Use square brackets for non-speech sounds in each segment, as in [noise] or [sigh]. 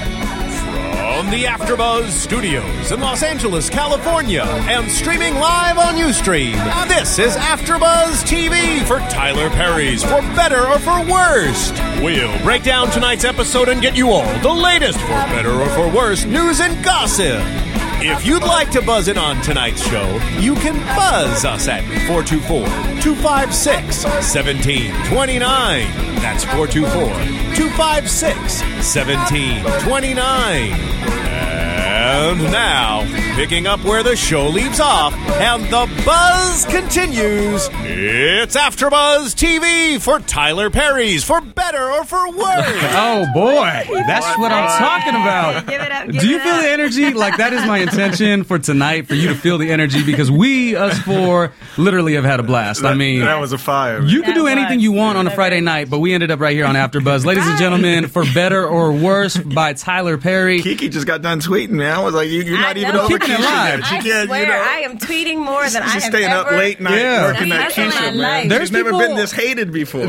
From the AfterBuzz Studios in Los Angeles, California, and streaming live on UStream, this is AfterBuzz TV for Tyler Perry's For Better or For Worst. We'll break down tonight's episode and get you all the latest for better or for worse news and gossip. If you'd like to buzz in on tonight's show, you can buzz us at 424 256 1729. That's 424 256 1729. And now, picking up where the show leaves off, and the buzz continues. It's AfterBuzz TV for Tyler Perry's, for better or for [laughs] worse. Oh boy, that's what I'm talking about. Give it up, give Do you it feel up. the energy? Like that is my intention for tonight, for you to feel the energy because we, us four, literally have had a blast. I mean, that was a fire. you could That do anything was- Ah. you want on a that Friday was- night, but we ended up right here on AfterBuzz, ladies and gentlemen, for better or worse, by Tyler Perry. Kiki just got done tweeting, man. I was like, you, you're I not even know. over Keeping it Keisha live. yet. She I can't, swear, you know. I am tweeting more than I she's have staying ever. up late night Yeah. working that That's my Keisha, life. man. There's She's never people- been this hated before. [laughs] [laughs]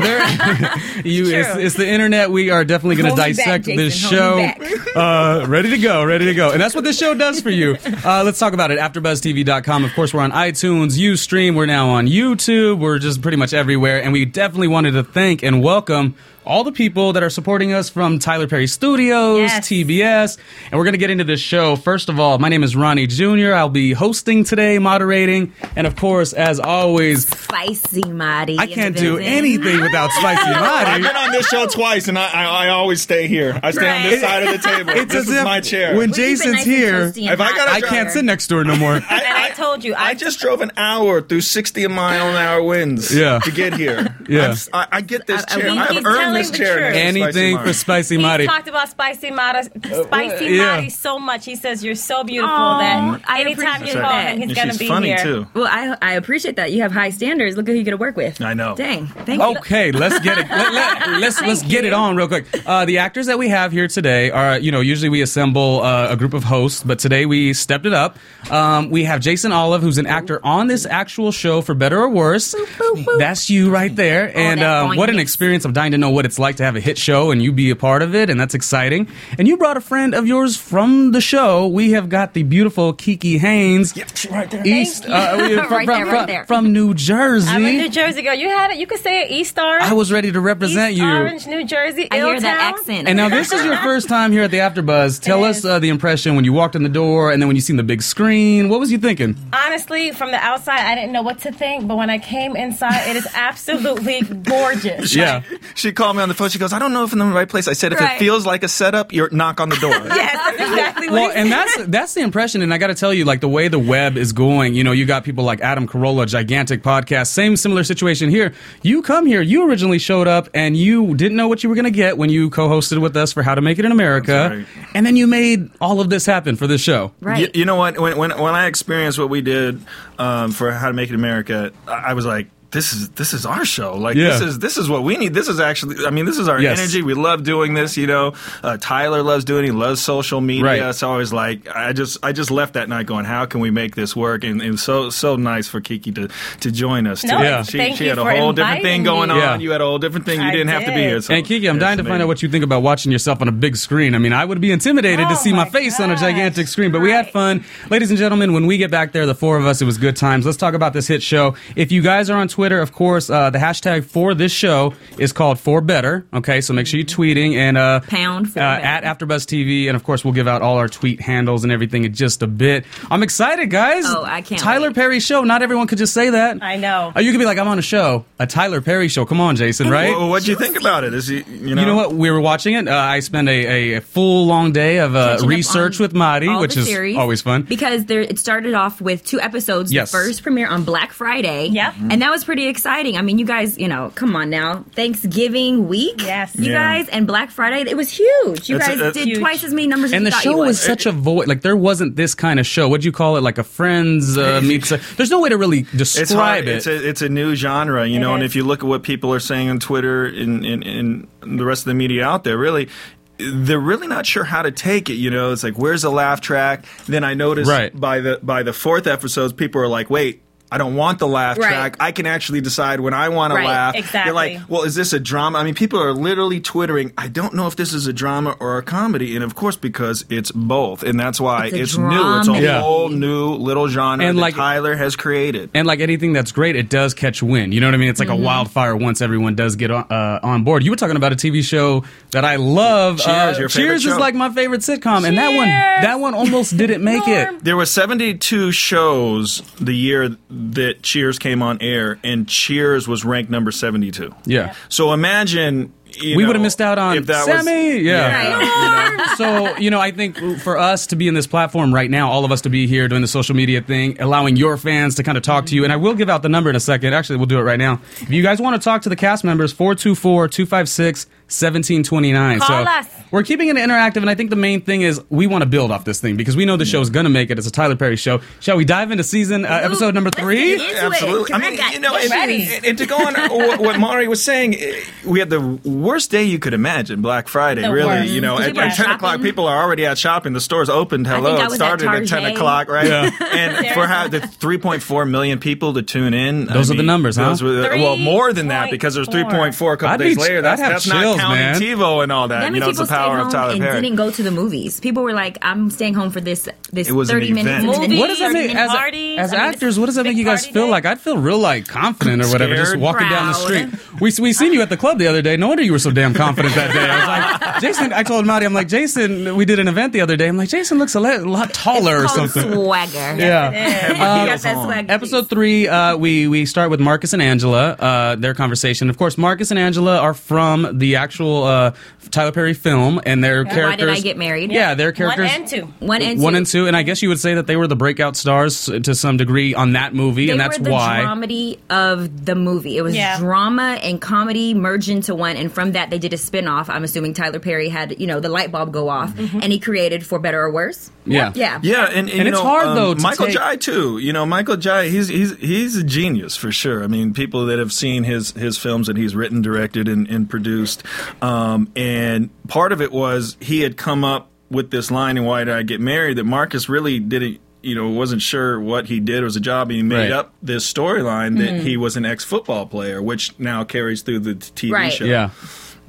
You, it's, true. it's the internet. We are definitely going to Hold me back, dissect Jason, this hold me show. back. Uh, ready to go, ready to go. And that's what this show does for you. Uh, let's talk about it. AfterBuzzTV.com. Of course, we're on iTunes, Ustream. We're now on YouTube. We're just pretty much everywhere. And we definitely wanted to thank and welcome all the people that are supporting us from Tyler Perry Studios, Yes. TBS. And we're going to get into this show. First of all, my name is Ronnie Jr. I'll be hosting today, moderating. And of course, as always, Spicy Marty. I in the can't do building. anything without Spicy Marty. [laughs] I've been on this show twice, and I, I, I always stay here. I stay on this side of the [laughs] table. It's this as is if my chair. when We keep it Jason's nice and here, toasty and If I hot. gotta I can't sit next to her no [laughs] more. And I told you, I, I just drove an hour through 60 mile an hour winds Yeah. to get here. [laughs] Yeah. I'm s- I, I get this I- I chair. mean, I've he's earned telling this the chair. truth. next to Anything Spicy for Spicy Mari. Marty. He's talked about spicy Uh, Mata, spicy yeah. Mari so much. He says you're so beautiful Aw, that I anytime you appreciate call that. him, he's And gonna she's be funny here. too. Well, I, I appreciate that. You have high standards. Look at who you get to work with. I know. Dang. Thank you. Okay, let's get it. Let, us let's get it on real quick. Uh, the actors that we have here today are, you know, usually we assemble uh, a group of hosts, but today we stepped it up. Um, we have Jason Olive, who's an actor on this actual show, for better or worse. That's you right there. And that um, what an boingness. experience! I'm dying to know what it's like to have a hit show and you be a part of it, and that's exciting. And you brought a friend of yours from the show. We have got the beautiful Kiki Haynes. Right there. East, uh, we- from, Right there, from- right there. from New Jersey. I'm a New Jersey girl. You had it. You could say it. East Star. I was ready to represent East you. Orange, New Jersey. I hear that Illtown. accent. And now this is your first time here at the AfterBuzz. Tell It us is. uh, the impression when you walked in the door, and then when you seen the big screen. What was you thinking? Honestly, from the outside, I didn't know what to think, but when I came inside, it is absolutely [laughs] gorgeous. Yeah, She called me on the phone. She goes, I don't know if I'm in the right place. I said, if Right. it feels like a setup, you're knock on the door. [laughs] Yes, that's exactly what well, and that's that's the impression. And I got to tell you, like the way the web is going, you know, you got people like Adam Carolla, gigantic podcast, same similar situation here. You come here, you originally showed up, and you didn't know what you were going to get when you co-hosted with us for How to Make It in That's America, right. and then you made all of this happen for this show. You, Right. you know what? When, when when I experienced what we did um, for How to Make It America, I, I was like, this is this is our show. Like this Yeah. is this is what we need. This is actually. I mean, this is our Yes. energy. We love doing this. You know, uh, Tyler loves doing. it. He loves social media. Right. So I was like, I just I just left that night going, how can we make this work? And, and so so nice for Kiki to to join us. No, today. Yeah. she, thank she you had a for whole different inviting thing going me. on. Yeah. You had a whole different thing. You I didn't have to be did. here. So and Kiki, I'm it's dying to find amazing. out what you think about watching yourself on a big screen. I mean, I would be intimidated to Oh see my, my face on a gosh. gigantic screen, but we had Right. fun. Ladies and gentlemen, when we get back there, the four of us, it was good times. Let's talk about this hit show. If you guys are on Twitter, of course, uh, the hashtag for this show is called For Better. Okay, so make sure you're tweeting and uh, Pound for uh, better. at AfterBuzz TV, and of course, we'll give out all our tweet handles and everything in just a bit. I'm excited, guys. Oh, I can't Tyler wait. Perry show. Not everyone could just say that. I know. Oh, you could be like, I'm on a show, a Tyler Perry show. Come on, Jason, right? Well, what'd you think about it? Is he, you know, You know what? We were watching it. Uh, I spent a, a full long day of uh, Catching up research on with Madi, all which the is series. always fun. Because there, it started off with two episodes. Yes. The first premiere on Black Friday. Yep. And that was pretty exciting. I mean, you guys, you know, come on now. Thanksgiving week. Yes. You Yeah. guys, and Black Friday, it was huge. You It's- guys it's- did Huge. twice as many numbers And the as you thought show you would. was such a void. Like there wasn't this kind of show. What'd you call it? Like a Friends uh, meets. A, there's no way to really describe It's it. hard. It's a, it's a new genre, you It know. And is. if you look at what people are saying on Twitter and, and, and the rest of the media out there, really, they're really not sure how to take it. You know, it's like where's the laugh track? Then I noticed Right. by the by the fourth episodes, people are like, wait. I don't want the laugh Right. track. I can actually decide when I want to Right, laugh. They're exactly. like, well, is this a drama? I mean, people are literally twittering. I don't know if this is a drama or a comedy, and of course, because it's both, and that's why It's a it's, new. It's a dramedy. Yeah. whole new little genre And that like- Tyler has created. and like anything that's great, it does catch wind. You know what I mean? It's like a wildfire once everyone does get on, uh, on board. You were talking about a TV show that I love. Cheers, uh, your favorite Cheers is show. like my favorite sitcom, and that one Cheers. that one almost didn't make Norm. it. There were 72 shows the year that Cheers came on air, and Cheers was ranked number 72. Yeah. So imagine. you We know, would have missed out on if that was- Sammy. yeah. [laughs] so you know i think for us to be in this platform right now all of us to be here doing the social media thing allowing your fans to kind of talk to you and i will give out the number in a second actually we'll do it right now if you guys want to talk to the cast members 424-256-1729 Call so us. we're keeping it interactive and i think the main thing is we want to build off this thing because we know the show's gonna make it it's a tyler perry show shall we dive into season uh, episode number Let's three get into it, Absolutely. I 'cause mean, got you know, issues. and, and- and to go on uh, what, what Mari was saying, eh, we had the worst day you could imagine, Black Friday, The really. worst. You know, at, People are at 10 o'clock, shopping. people are already out shopping. The stores opened, hello. think I It was at started at, 10 Target. o'clock, right? And [laughs] for how the 3.4 million people to tune in. Those are the numbers, huh? those were the- well, more than that because there's 3.4 3.4. a couple I'd be days ch- later. That's, I'd have that's chills, not counting man. TiVo and all that. That many you know, it's people the power stayed of home Tyler and Perry. [laughs] didn't go to the movies. People were like, "I'm staying home for this this It was an 30 minutes." event. Movies what does that make and as, parties. as I mean, it's actors? What does that big make you guys party feel day. like? I'd feel real like confident or whatever, just Scared. walking down the street. Proud. We we seen you at the club the other day. No wonder you were so damn confident that day. I was like, [laughs] Jason. I told Marty, I'm like, Jason. We did an event the other day. I'm like, Jason looks a lot, lot taller or Called something. Swagger. Yeah. You Uh, got that swagger. Episode three, uh, we we start with Marcus and Angela, uh, their conversation. Of course, Marcus and Angela are from the actual uh, Tyler Perry film, and their Why characters. did I get married? Yeah, their characters. One and two. One and one two. and two, and I guess you would say that they were the breakout stars to some degree on that movie, They and that's were the why. dramedy of the movie. It was Yeah. drama and comedy merged into one, and from that they did a spin-off. I'm assuming Tyler Perry had you know the light bulb go off, and he created for better or worse. Yeah. yeah. Yeah, and, and, you it's know, hard, um, though, to Michael take- Jai too. You know, Michael Jai, he's he's he's a genius for sure. I mean, people that have seen his his films that he's written, directed, and, and produced, um, and part of it was he had come up with this line in Why Did I Get Married that Marcus really didn't. You know, wasn't sure what he did. It was a job, and he made Right. up this storyline that he was an ex-football player, which now carries through the t- TV Right. show. Yeah.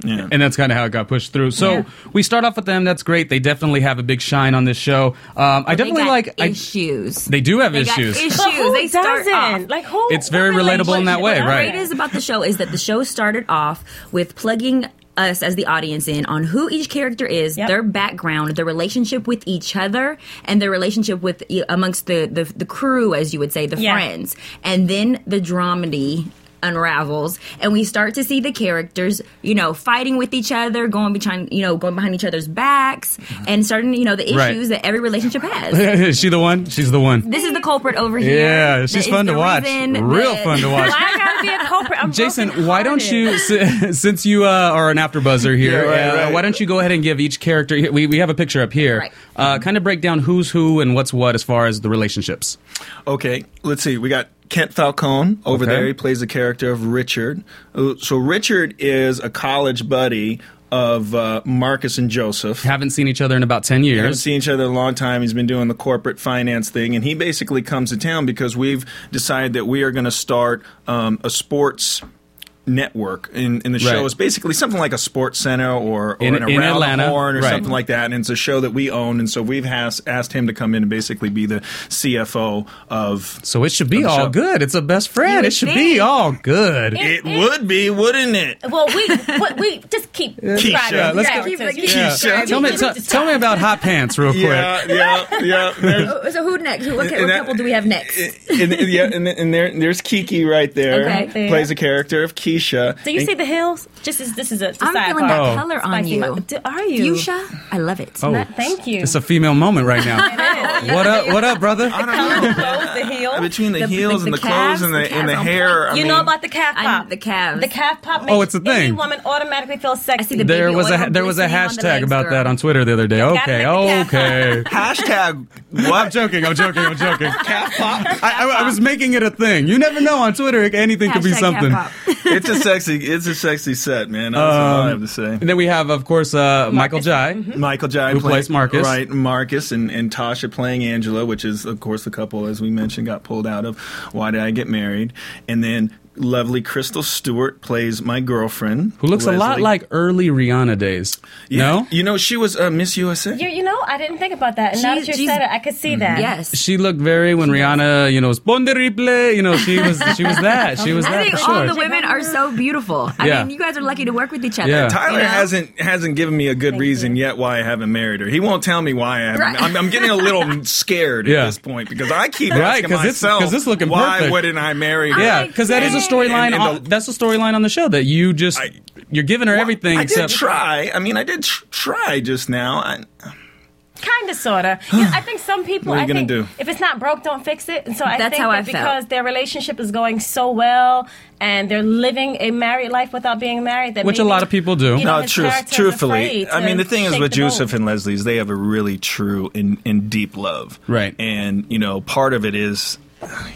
Yeah. And that's kind of how it got pushed through. So Yeah. we start off with them. That's great. They definitely have a big shine on this show. Um, I They definitely got like. I, issues. they do have They got issues. issues. But who They start doesn't? off. Like who? It's what very relatable in that way, relationship- right. What is about the show is that the show started off with plugging us as the audience in on who each character is, Yep. their background, their relationship with each other, and their relationship with amongst the the, the crew, as you would say, the Yeah. friends, and then the dramedy unravels and we start to see the characters you know fighting with each other going behind you know going behind each other's backs and starting you know the issues Mm-hmm. Right. that every [laughs] relationship [laughs] has is she the one? She's the one. this is the culprit over here yeah, That she's is fun to the watch. reason Real that- fun to [laughs] watch. Why I gotta be a culprit? I'm Jason, why don't you, brokenhearted. si- [laughs] since you uh, are an after buzzer here, Yeah, right, uh, right. why don't you go ahead and give each character? We, we have a picture up here. Right. Uh, kind of break down who's who and what's what as far as the relationships. Okay, let's see. We got Kent Falcone over Okay. there. He plays the character of Richard. Uh, So Richard is a college buddy of uh, Marcus and Joseph. Haven't seen each other in about ten We haven't years. seen each other in a long time. He's been doing the corporate finance thing, and he basically comes to town because we've decided that we are going to start um, a sports network. And, and the Right. show is basically something like a sports center or, or In- an around in Atlanta, the horn or right. something like that. And it's a show that we own, and so we've has, asked him to come in and basically be the CFO of so it should be the all show. good. It's a best friend. would It should be think. all good. It would be, wouldn't it? Well, we, what, we just keep describing. Keisha, let's Yeah, go- keep- Keisha. keep describing. Tell me, Keep tell- tell describing. me about hot pants real quick. Yeah, yeah, yeah. There's- Oh, So who next? Who, what, And what that- couple do we have next? and, and- yeah, and, and there, there's Kiki right there. Okay. There. Plays a character of Keisha. Do you And- see the hills? Just as this is a. I'm side feeling part. that color on Spicy mo- you. Do- Are you? Fuchsia, I love it. Oh, Thank you. [laughs] It's a female moment right now. what up? What up, brother? Color of the hills, heel. between the, heels and the, calves, clothes and the, the and the calves, hair. I you mean, know about the calf I'm- pop? the calves. The calf pop makes Oh, it's a any thing. woman automatically feel sexy. the There baby was a oil there was a glistening on the hashtag legs, about girl. that on Twitter the other day. gotta Okay, make the [laughs] okay. hashtag I'm what? joking. I'm joking. I'm joking. Cat pop. I, I, I was making it a thing. You never know on Twitter. Anything could be Hashtag something. Cat [laughs] Pop. it's a sexy. It's a sexy set, man. That's what I have to say. And then we have, of course, uh, Michael Jai. Um, Mm-hmm. Michael Jai Who playing- plays Marcus. right? Marcus and, and Tasha playing Angela, which is of course the couple as we mentioned got pulled out of Why Did I Get Married, and then lovely Crystal Stewart plays my girlfriend, Who looks a lot Leslie. like early Rihanna days. Yeah, No? you know she was uh, Miss USA. You, you know, I didn't think about that. And now that She's- you she's- said it, I could Mm-hmm. see that. Yes. She looked very when Rihanna, you know, was bon de replay, you know, she was she was that. She was [laughs] I that think for all the sure. women are so beautiful. I Yeah. mean, you guys are lucky to work with each other. Yeah. Tyler you know? hasn't hasn't given me a good reason yet why I haven't married her. He won't tell me why I haven't. Right. I'm, I'm getting a little scared at Yeah. this point because I keep Right, asking 'cause it's- myself 'cause it's looking why perfect." wouldn't I marry her? Yeah, because that is a storyline. And- and on- the- that's a storyline on the show that you just I- you're giving her everything I except did try. I mean, I did tr- try just now. I, Kind of, sort [gasps] of. I think some people. What are you I gonna think do? If it's not broke, don't fix it. And so I That's think how that I felt. because their relationship is going so well and they're living a married life without being married, that Which a maybe, lot of people do. You know, his character is truthfully, afraid I to mean the thing is shake with the boat. Joseph and Leslie's, they have a really true and, and deep love, Right. And you know, part of it is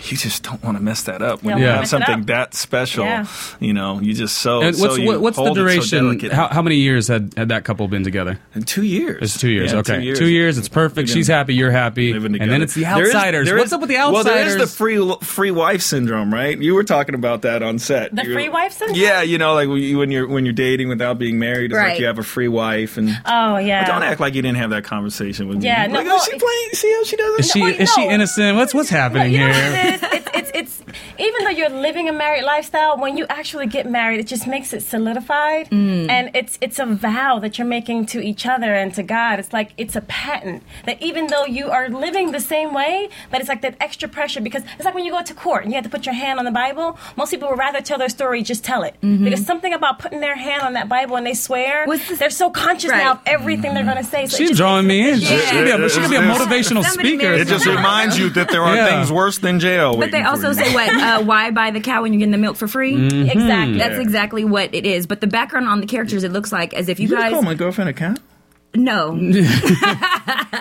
you just don't want to mess that up when Don't you wanna have mess it something up. that special. Yeah. You know, you just so. And what's so you what, what's the hold it so duration? delicately. how, how many years had, had that couple been together? In two years. It's two years. Yeah, okay, two years. It's perfect. Living- She's happy. You're happy. Living And together. then it's the There is- outsiders. there What's is- up with the outsiders? Well, there is the free free wife syndrome, right? You were talking about that on set. The You were- free wife syndrome? Yeah, you know, like when you- when you're when you're dating without being married, it's like Right. you have a free wife and. Oh yeah. But don't act like you didn't have that conversation with Yeah, me. no, like, oh, well, she playing. See how she does it. is she Well, is she no. innocent? What's what's happening you know here? what it is? It's, it's, it's, even though you're living a married lifestyle, when you actually get married, it just makes it solidified. Mm. And it's it's a vow that you're making to each other and to God. It's like it's a patent that even though you are living the same way, but it's like that extra pressure because it's like when you go to court and you have to put your hand on the Bible. Most people would rather tell their story, just tell it. Mm-hmm. Because something about putting their hand on that Bible and they swear, What's the- they're so conscious Right. now of everything they're going to say. So it She's just drawing me in. Yeah. She's gonna be a, she's gonna be a It's- motivational Somebody speaker. married It just Yeah. reminds you that there are Yeah. things worse than jail. But they waiting for also you. say what? [laughs] Uh, why buy the cow when you're getting the milk for free? Mm. Exactly. Hmm. That's exactly what it is. But the background on the characters, it looks like as if you, You gonna guys call my girlfriend a cat? no, [laughs]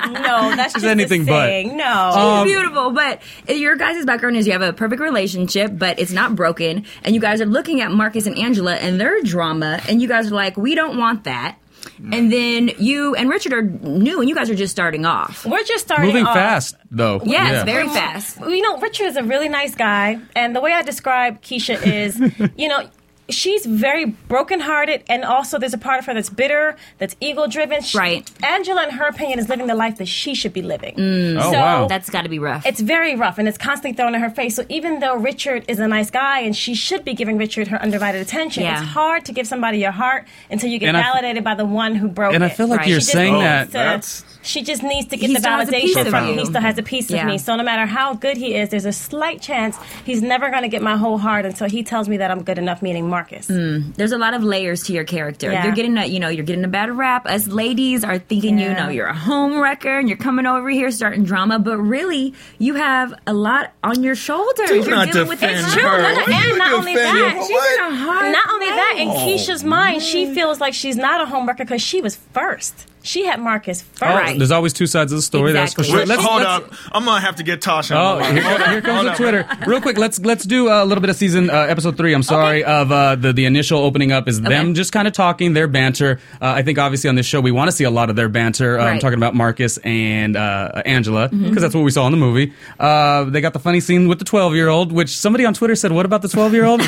No, that's just anything a but. saying. No. Um, She's beautiful. But your guys' background is you have a perfect relationship, but it's not broken, and you guys are looking at Marcus and Angela and their drama, and you guys are like, we don't want that. Mm. And then you and Richard are new, and you guys are just starting off. We're just starting Um, Moving off. fast though. Yes, Yeah. very fast. You know, Richard is a really nice guy, and the way I describe Keisha [laughs] is, you know, she's very brokenhearted, and also there's a part of her that's bitter, that's ego driven. Right. Angela, in her opinion, is living the life that she should be living. Oh so wow. That's got to be rough. it's very rough and it's constantly thrown in her face. So even though Richard is a nice guy and she should be giving Richard her undivided attention, Yeah. it's hard to give somebody your heart until you get And I- validated by the one who broke and it. I feel like Right. you're She just saying Oh, that that's- she just needs to get He the still has a piece validation of from you. him. He still has a piece Yeah. of me. So no matter how good he is, there's a slight chance he's never going to get my whole heart until he tells me that I'm good enough. Meaning Marcus. there's a lot of layers to your character. Yeah. You're getting a, you know, you're getting a bad rap. Us ladies are thinking, you Yeah. know, you're a home wrecker and you're coming over here starting drama, but really, you have a lot on your shoulders. Do you're not dealing with defend it's true, true. her. no, no, What and you not only defend that, her? she's What? in a hard Not only that, in place. Keisha's mind, she feels like she's not a homewrecker because she was first. She had Marcus first. Oh, Right. there's always two sides of the story. That's for Exactly. sure. Wait, Let's- Hold let's- up. I'm going to have to get Tasha. Oh, on the here, line. here comes Hold the up. Twitter. Real quick, let's let's do a little bit of season uh, episode three. I'm sorry of uh, the the initial opening up is them just kind of talking their banter. Uh, I think obviously on this show we want to see a lot of their banter. Uh, I'm Right. Mm-hmm. talking about Marcus and uh, Angela because that's what we saw in the movie. Uh, they got the funny scene with the 12 year old, which somebody on Twitter said, "What about the 12 year [laughs] old?"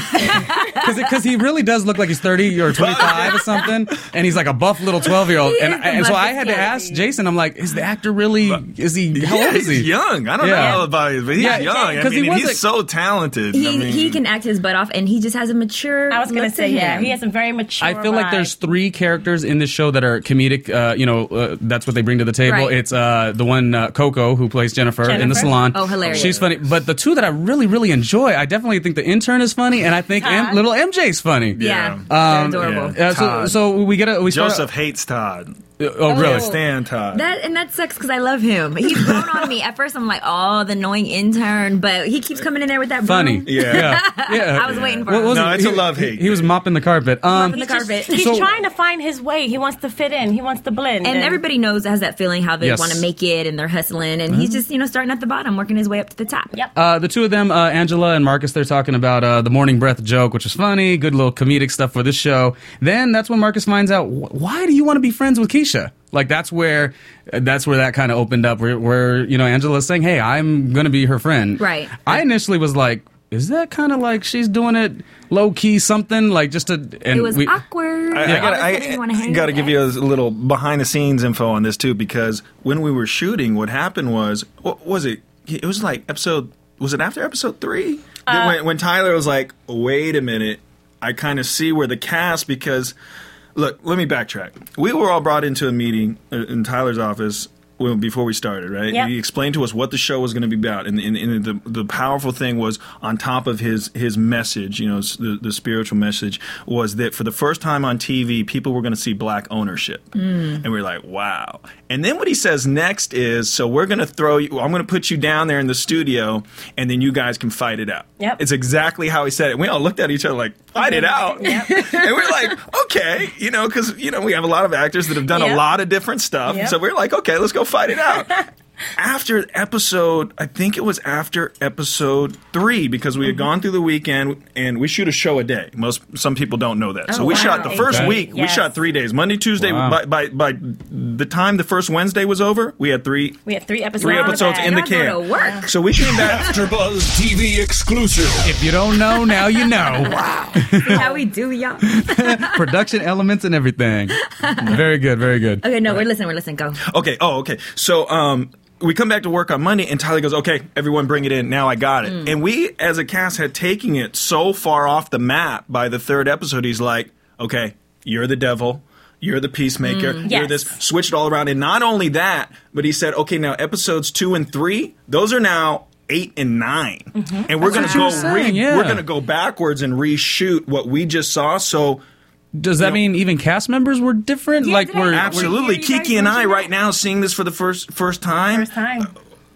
Because he really does look like he's 30 or 25 or something, and he's like a buff little 12 year old. He And, is the and so I buffest had to guy. ask Jason, I'm like, is the actor really? Is he? How [laughs] Yeah, old is he? he's young. I don't Yeah. know about him, but he's Yeah, young. I 'cause he mean, was he's a- so talented. He, I mean, he can act his butt off, and he just has a mature. I was going look to say, him. yeah, he has a very mature. I feel like mind. there's three characters in this show that are comedic. Uh, you know, uh, that's what they bring to the table. Right. It's uh, the one uh, Coco who plays Jennifer, in the Jennifer? salon. Oh, hilarious. She's funny. But the two that I really, really enjoy, I definitely think the intern is funny, and I think M- Todd. little MJ's funny. Yeah. yeah, they're Um, adorable. yeah. Uh, so, Todd. so we get a we start Joseph hates Todd. Uh, Oh, really? Oh. Stand Todd. That and that sucks because I love [laughs] him. He's grown on me. At first, I'm like, oh, the annoying intern, but he keeps coming in there with that broom. [laughs] Funny. Yeah. Yeah. yeah. I was waiting for What him. was No, it? it's a He- love-hate. He was mopping the carpet. Um, Mopping the He's carpet. just- he's So- trying to find his way. He wants to fit in. He wants to blend. and everybody knows has that feeling how they Yes. want to make it, and they're hustling, and Mm-hmm. he's just you know starting at the bottom, working his way up to the top. Yep. Uh, the two of them, uh, Angela and Marcus, they're talking about uh, the morning breath joke, which is funny, good little comedic stuff for this show. Then that's when Marcus finds out "Wh- why do you want to be friends with Keisha? Like that's where that's where that kind of opened up, where, where you know Angela's saying, "Hey, I'm gonna be her friend." Right. I initially was like, "Is that kind of like she's doing it low key something like just to?" And It was we, awkward. I, All of a I sudden you gotta, wanna I, hang gotta with give that. you a little behind the scenes info on this too, because when we were shooting, what happened was, what was it? It was like episode, was it after episode three? Uh, That when, when Tyler was like, wait a minute, I kind of see where the cast, because look, let me backtrack. We were all brought into a meeting uh, in Tyler's office. Well, before we started, right? Yep. He explained to us what the show was going to be about, and, and, and the, the powerful thing was on top of his his message, you know, s- the, the spiritual message was that for the first time on TV, people were going to see black ownership, Mm. and we were like, wow. And then what he says next is, so we're going to throw you, I'm going to put you down there in the studio, and then you guys can fight it out. Yep. It's exactly how he said it. We all looked at each other like, fight [laughs] it out, and we're like, okay, you know, because you know we have a lot of actors that have done a Yep. lot of different stuff, Yep. so we're like, okay, let's go fight [laughs] it out. after episode, I think it was after episode three because we had gone through the weekend and we shoot a show a day. Most some people don't know that, so Oh, we wow. shot the first Okay. week. We Yes. shot three days, Monday, Tuesday. Wow. By, by by the time the first Wednesday was over, we had three we had three episodes. three in the episodes bag. in the Y'all go can. to work. So we came back. AfterBuzz TV exclusive. if you don't know now, you know. [laughs] See how we do, y'all. Production elements and everything. Very good. Very good. Okay, no, we're listening. We're listening. Go. Okay. Oh, okay. So, um, we come back to work on Monday, and Tyler goes, "Okay, everyone, bring it in. Now I got it." And we, as a cast, had taken it so far off the map. By the third episode, he's like, "Okay, you're the devil." You're the peacemaker. You're Yes. this. Switch it all around. And not only that, but he said, okay, now episodes two and three, those are now eight and 9 And we're going to you go were saying, re- yeah. we're going to go backwards and reshoot what we just saw. So Does that mean even cast members were different? Yeah, like did I- we're absolutely, you guys Kiki and I mentioned right that? now seeing this for the first first time. First time.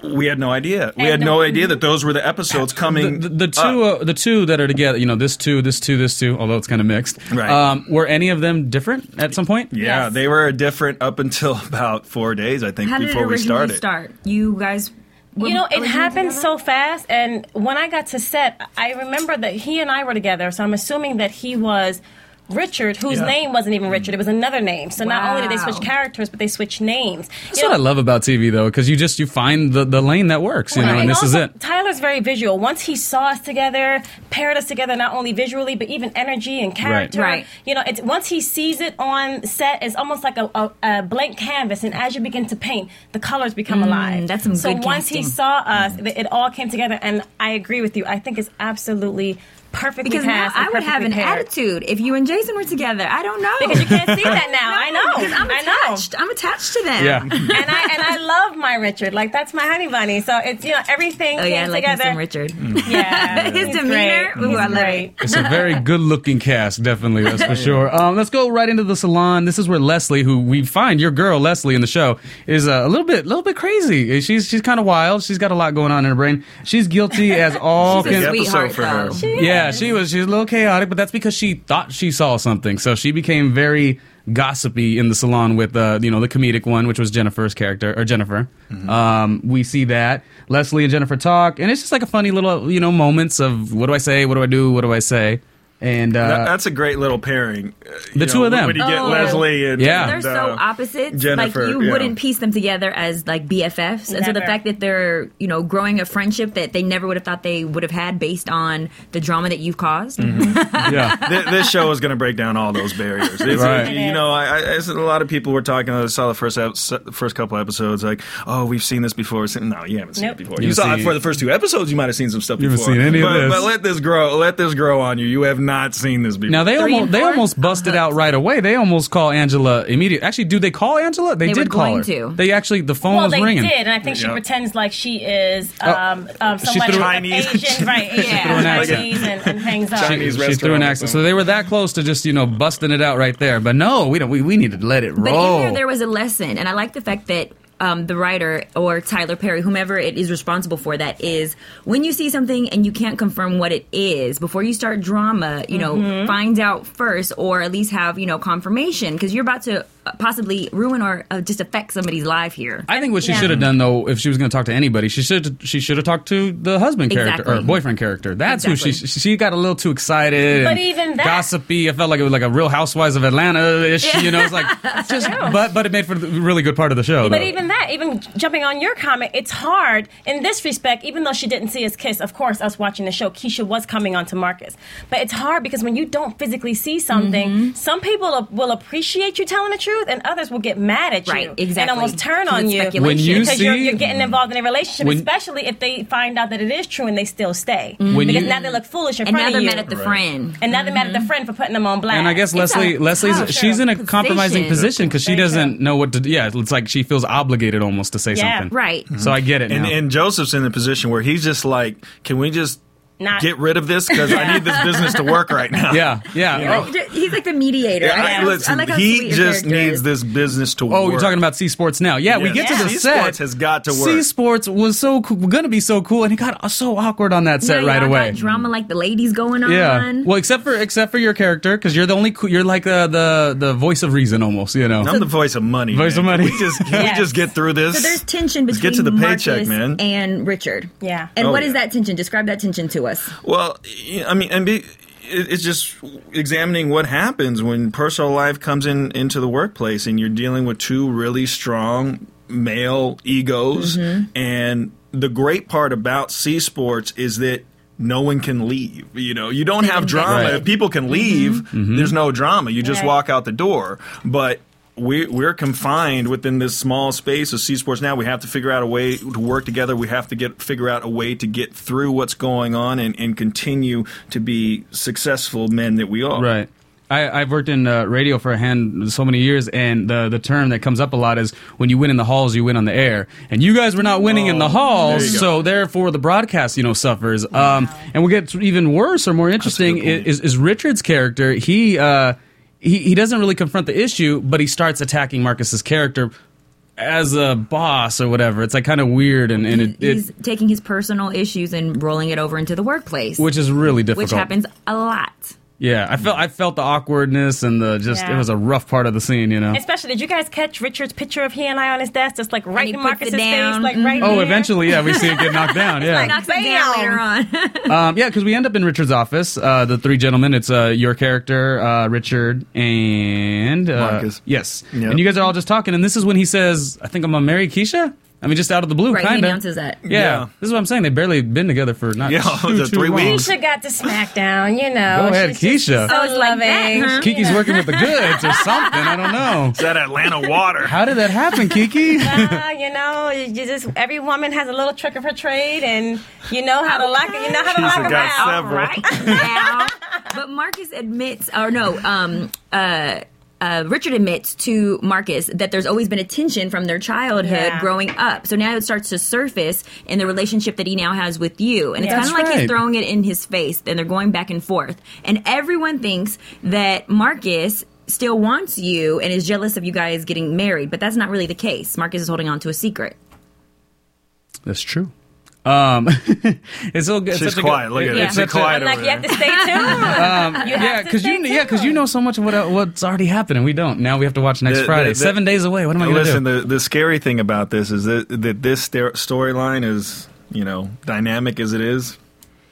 We had no idea. We And had the- no idea that those were the episodes coming. the, the two up. uh, the two that are together you know this two this two this two although it's kind of mixed Right. um, were any of them different at some point yeah, Yes. they were different up until [laughs] about four days, I think, How did it before we originally started. start? You guys. were You know, it originally happened so together? fast. And when I got to set, I remember that he and I were together. So I'm assuming that he was Richard, whose Yeah. name wasn't even Richard. It was another name. So not only did they switch Wow. characters, but they switched names. that's what i love about tv though because you just you find the, the lane that works you know Right. and this is also, it Tyler's very visual. Once he saw us together, paired us together, not only visually but even energy and character. Right. You know, it's once he sees it on set, it's almost like a, a, a blank canvas, and as you begin to paint, the colors become alive. Mm, that's some so good once he casting. saw us, it, it all came together, and I agree with you. I think it's absolutely perfectly Because now cast and I would have perfectly an paired. attitude if you and Jason were together. I don't know Because you can't [laughs] see that now. I know. Because I'm I know. attached. I'm attached to them. yeah and I and I love my Richard. Like that's my honey bunny. So it's you know everything [laughs] Oh came yeah, I like him together. some Richard. Hmm. [laughs] Yeah, His he's demeanor, great. ooh, He's I love great. it. it's a [laughs] very good looking cast definitely that's for sure um, let's go right into the salon this is where leslie who we find your girl leslie in the show is uh, a little bit little bit crazy she's she's kind of wild she's got a lot going on in her brain she's guilty as all [laughs] She's a can episode sweetheart for her. though. Yeah, she was. She was a little chaotic, but that's because she thought she saw something. So she became very gossipy in the salon with, uh, you know, the comedic one, which was Jennifer's character or Jennifer. Mm-hmm. Um, we see that Leslie and Jennifer talk, and it's just like a funny little, you know, moments of what do I say, what do I do, what do I say, and uh, That- That's a great little pairing. uh, you The two know, of them. When you get Oh. Leslie and Yeah. They're and, so uh, opposites. Jennifer, like you yeah. wouldn't piece them together as like BFFs. And so the Never. fact that they're you know growing a friendship that they never would have thought they would have had based on the drama that you've caused. Mm-hmm. yeah, Th- this show is going to break down all those [laughs] barriers. It's- Right. You know, I, I, it's- a lot of people were talking. I saw the first ep- se- first couple episodes, like, oh, we've seen this before. It's- No, you haven't seen Nope. it before. You, You've saw it seen- for the first two episodes. You might have seen some stuff You haven't before. seen any of but, this. But let this grow. Let this grow on you. You have not seen this before. Now they Three almost and they four? almost busted I'm out hooked. right away. They almost call Angela immediately. Actually, do they call Angela? They, They did were call going her. to. They actually the phone Well, was they ringing. did, and I think she Yeah. pretends like she is Oh. um, um, She somebody threw- of Chinese. Asian, [laughs] right? Asian, threw an accent. Chinese, and, and hangs up. She, Chinese she restaurant threw an or accent, so something. they were that close to just you know busting it out right there. But no, we don't. We, we need to let it But roll. in there, there was a lesson, and I like the fact that um, the writer or Tyler Perry, whomever it is responsible for that, is when you see something and you can't confirm what it is before you start drama. You know, find out first, or at least have you know confirmation, because you're about to uh, possibly ruin or uh, just affect somebody's life here. I think what she Yeah. should have done though, if she was going to talk to anybody, she should she should have talked to the husband character or Exactly. boyfriend character. That's who she Exactly. she got a little too excited. But and even that- gossipy. I felt like it was like a Real Housewives of Atlanta ish. You know, [laughs] it's like just but but it made for a really good part of the show. But though. even that, even jumping on your comment, it's hard in this respect, even though she didn't see his kiss. Of course, us watching the show, Keisha was coming on to Marcus. But it's hard because when you don't physically see something, Mm-hmm. some people will- will appreciate you telling the truth, and others will get mad at you. Right, And exactly. almost turn Because on it's you. speculation. When you because you're, see- you're getting involved in a relationship, When- especially if they find out that it is true and they still stay. When because you- now they look foolish in and now front they're of you. mad at the Mm-hmm. friend. and now they're mad at the friend for putting them on blast. And I guess It's Leslie, a Leslie's, tough she's in a compromising position. position because she Thank you. doesn't know what to. do. Yeah, it's like she feels obligated almost to say Yeah. something. Right. So I get it. and, now. and Joseph's in the position where he's just like, can we just Not- get rid of this? Because I [laughs] need this business to work right now. yeah, yeah. Like, j- he's like the mediator. Yeah, I, I- I- listen, I like how sweet he your just character needs is. this business to work. Oh, you're talking about C Sports now. Yeah, we get Yes. to the C set. Sports has got to work. C Sports was so cool, going to be so cool, and it got so awkward on that Yeah, set right y'all got away. Drama like the ladies going on. Yeah. Well, except for except for your character, because you're the only cool, you're like uh, the the voice of reason almost. You know. I'm the voice of money. Voice man. of money. Can we just, [laughs] can Yes. we just get through this? So there's tension Let's between get to the Marcus paycheck, man. and Richard. Yeah. And Oh, what is yeah. that tension? Describe that tension to us. Well, y- I mean, and be, it- it's just examining what happens when personal life comes in into the workplace, and you're dealing with two really strong male egos. And the great part about C Sports is that. No one can leave. You know, you don't have Mm-hmm. drama. Right. If people can leave, there's no drama. You just Right. walk out the door. But we, we're confined within this small space of C Sports now. We have to figure out a way to work together. We have to get figure out a way to get through what's going on and, and continue to be successful men that we are. Right. I, I've worked in uh, radio for a hand so many years, and the the term that comes up a lot is when you win in the halls, you win on the air, and you guys were not winning in the halls, Oh, there you go. so therefore the broadcast you know suffers. Um, and what gets even worse or more interesting good point. is, is Richard's character. He uh, he he doesn't really confront the issue, but he starts attacking Marcus's character as a boss or whatever. It's like kind of weird, and, and it, He's it taking his personal issues and rolling it over into the workplace, which is really difficult. which happens a lot. Yeah, I felt I felt the awkwardness and the just Yeah. it was a rough part of the scene, you know. Especially, did you guys catch Richard's picture of he and I on his desk? Just like right he in puts Marcus's it down. Mm-hmm. face, like right Oh, here. eventually, yeah, we see it get [laughs] knocked down. Yeah, Knocks him down later on. um, yeah, because we end up in Richard's office. Uh, the three gentlemen. It's uh, your character, uh, Richard, and uh, Marcus. Yes, Yeah. and you guys are all just talking. And this is when he says, "I think I'm gonna marry Keisha." I mean, just out of the blue, right, he kind announces of. that. Yeah. this is what I'm saying. They've barely been together for not Yeah, [laughs] too, the too three long. weeks. Keisha got the SmackDown, you know. Go ahead, She's Keisha. just So Oh, like that, loving. huh? Kiki's working with the goods or something. I don't know. That Atlanta [laughs] water. [laughs] How did that happen, Kiki? Ah, you know, you you just every woman has a little trick of her trade, and you know how to lock it. You know how to Keisha lock it got out. seven. Several. Right now. But Marcus admits, or no, um, uh, uh, Richard admits to Marcus that there's always been a tension from their childhood Yeah. growing up. So now it starts to surface in the relationship that he now has with you. And it's Yeah. kind of like That's right. he's throwing it in his face and they're going back and forth. And everyone thinks that Marcus still wants you and is jealous of you guys getting married, but that's not really the case. Marcus is holding on to a secret. [laughs] That's true. Um, [laughs] it's so good. She's quiet. Look at Yeah. it. She's That's it. quiet I'm like, over you have there. to stay tuned. [laughs] you have yeah, to because you stay yeah, because you tuned. know so much of what uh, what's already happening. We don't. Now we have to watch next The- the- Friday. the- Seven days away. What am I going to do? Listen, the the scary thing about this is that that this ster- storyline is you know dynamic as it is.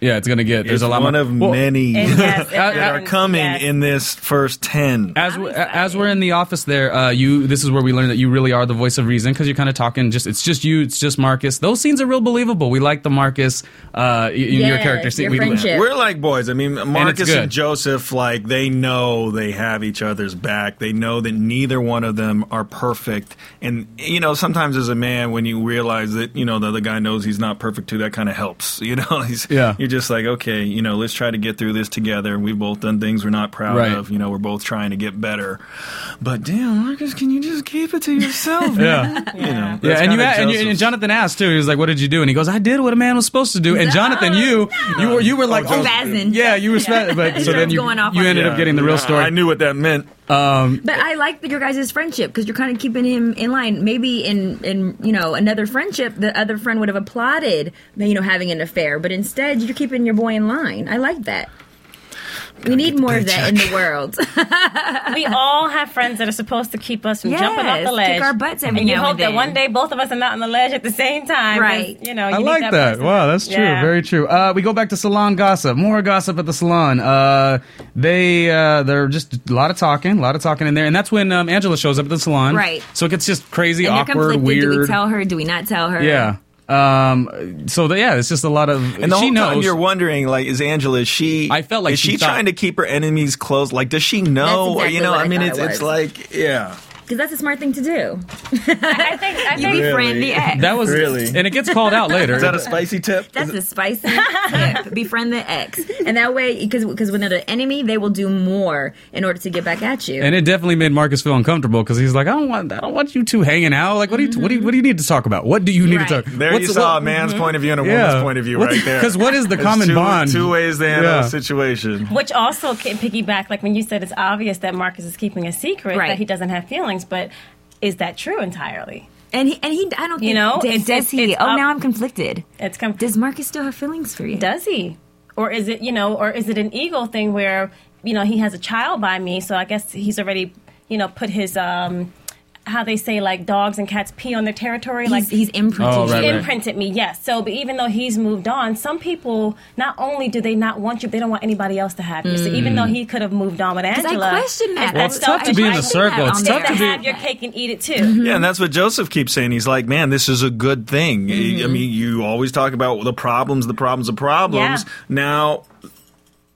yeah, it's going to get. There's a it's lot one more- of Well, many And yes, That it [laughs] that are happens, coming yes. in this first ten. As we, as we're in the office there, uh, you this is where we learn that you really are the voice of reason because you're kind of talking. Just it's just you, it's just Marcus. Those scenes are real believable. We like the Marcus, uh, y- your Yes, character scene. your we, friendship. We're like boys. I mean, Marcus and, good. Joseph, like they know they have each other's back. They know that neither one of them are perfect. And you know, sometimes as a man, when you realize that you know the other guy knows he's not perfect too, that kind of helps. [laughs] You know, he's Yeah. You're just like, okay, you know, let's try to get through this together. We've both done things we're not proud Right. of. You know, we're both trying to get better. But damn, Marcus, can you just keep it to [laughs] yourself? Yeah. You know, Yeah, that's and you, kinda a- and you and Joseph's- Jonathan asked too. He was like, "What did you do?" And he goes, "I did what a man was supposed to do." And Jonathan, you you were you were like, Oh, oh, Joseph. Spazzing. yeah, you were spazzing. [laughs] But so He then was you going off you on ended him. up getting the real Yeah, story. I knew what that meant. But I like that your guys' friendship because you're kind of keeping him in line. Maybe in in you know another friendship, the other friend would have applauded you know having an affair, but instead you're keeping your boy in line. I like that. we need more of that in the world. we all have friends that are supposed to keep us from [laughs] jumping off Yes, the kick ledge. our butts every and you now and hope that then. one day both of us are not on the ledge at the same time. 'cause, Right. You know, you I need like that. that. person. Wow, that's true. Yeah. Very true. Uh, we go back to salon gossip. More gossip at the salon. Uh, they uh, they're just a lot of talking, a lot of talking in there, and that's when um, Angela shows up at the salon. Right. So it gets just crazy, and you're awkward, conflicted. Do we weird. tell her? Do we not tell her? Yeah. Um. So the, yeah, it's just a lot of. And the she whole knows. time you're wondering, like, is Angela? Is she? I felt like is she she thought- trying to keep her enemies close? Like, does she know? That's exactly you know, what I I mean, thought it's it it's was. like, yeah, because that's a smart thing to do. I think I You think befriend the ex. that was Really? and it gets called out later. [laughs] is that a spicy tip? That's Is it- [laughs] a spicy tip. Befriend the ex, and that way, because because when they're the enemy, they will do more in order to get back at you. and it definitely made Marcus feel uncomfortable because he's like, I don't want, I don't want you two hanging out. Like, what do you, what do you, what do you need to talk about? What do you need Right. to talk? there you what's- saw what- a man's point of view and a woman's point of view right there. Because what is the There's common two, bond? Two ways to handle Yeah. a situation. Which also can piggyback, like when you said it's obvious that Marcus is keeping a secret, Right. that he doesn't have feelings, but is that true entirely? And he, and he, I don't think, You know, does, it's- does it's- he? it's oh, up- now I'm conflicted. It's come. Does Marcus still have feelings for you? does he? Or is it, you know, or is it an ego thing where, you know, he has a child by me, so I guess he's already, you know, put his, um, how they say, like dogs and cats pee on their territory? he's, like he's imprinted. Oh, right, He right. imprinted me, yes. So, but even though he's moved on, some people not only do they not want you, they don't want anybody else to have you. So even though he could have moved on with I Angela, question that. Well, Mm. it's tough to be in the circle. It's tough to be- have your cake and eat it too. Mm-hmm. Yeah, and that's what Joseph keeps saying. He's like, man, this is a good thing. I- I Mm-hmm. mean, you always talk about the problems, the problems, the problems. Yeah. Now,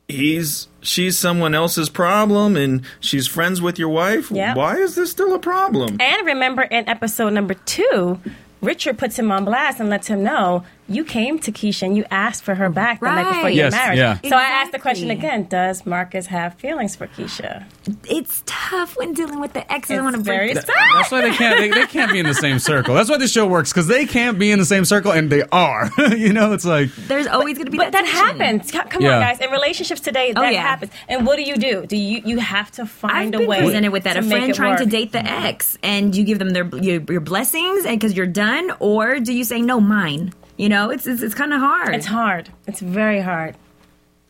he's she's someone else's problem, and she's friends with your wife. Yeah. Why is this still a problem? And remember, in episode number two, Richard puts him on blast and lets him know you came to Keisha and you asked for her back the night before Right. your Yes, marriage. yeah. So I asked the question Exactly. again: Does Marcus have feelings for Keisha? It's tough when dealing with the exes. I It's want to very break this. tough. That's why they can't. They, they can't be in the same circle. That's why this show works because they can't be in the same circle, and they are. [laughs] you know, it's like There's always going to be But that, that tension. happens. C- Come Yeah. on, guys. In relationships today, that Oh, yeah. happens. And what do you do? Do you you have to I've find been a way? presented with that. to A make friend it trying to work. date the ex, and you give them their your, your blessings, and because you're done, or do you say no, mine? You know, it's it's, it's kind of hard. It's hard. It's very hard.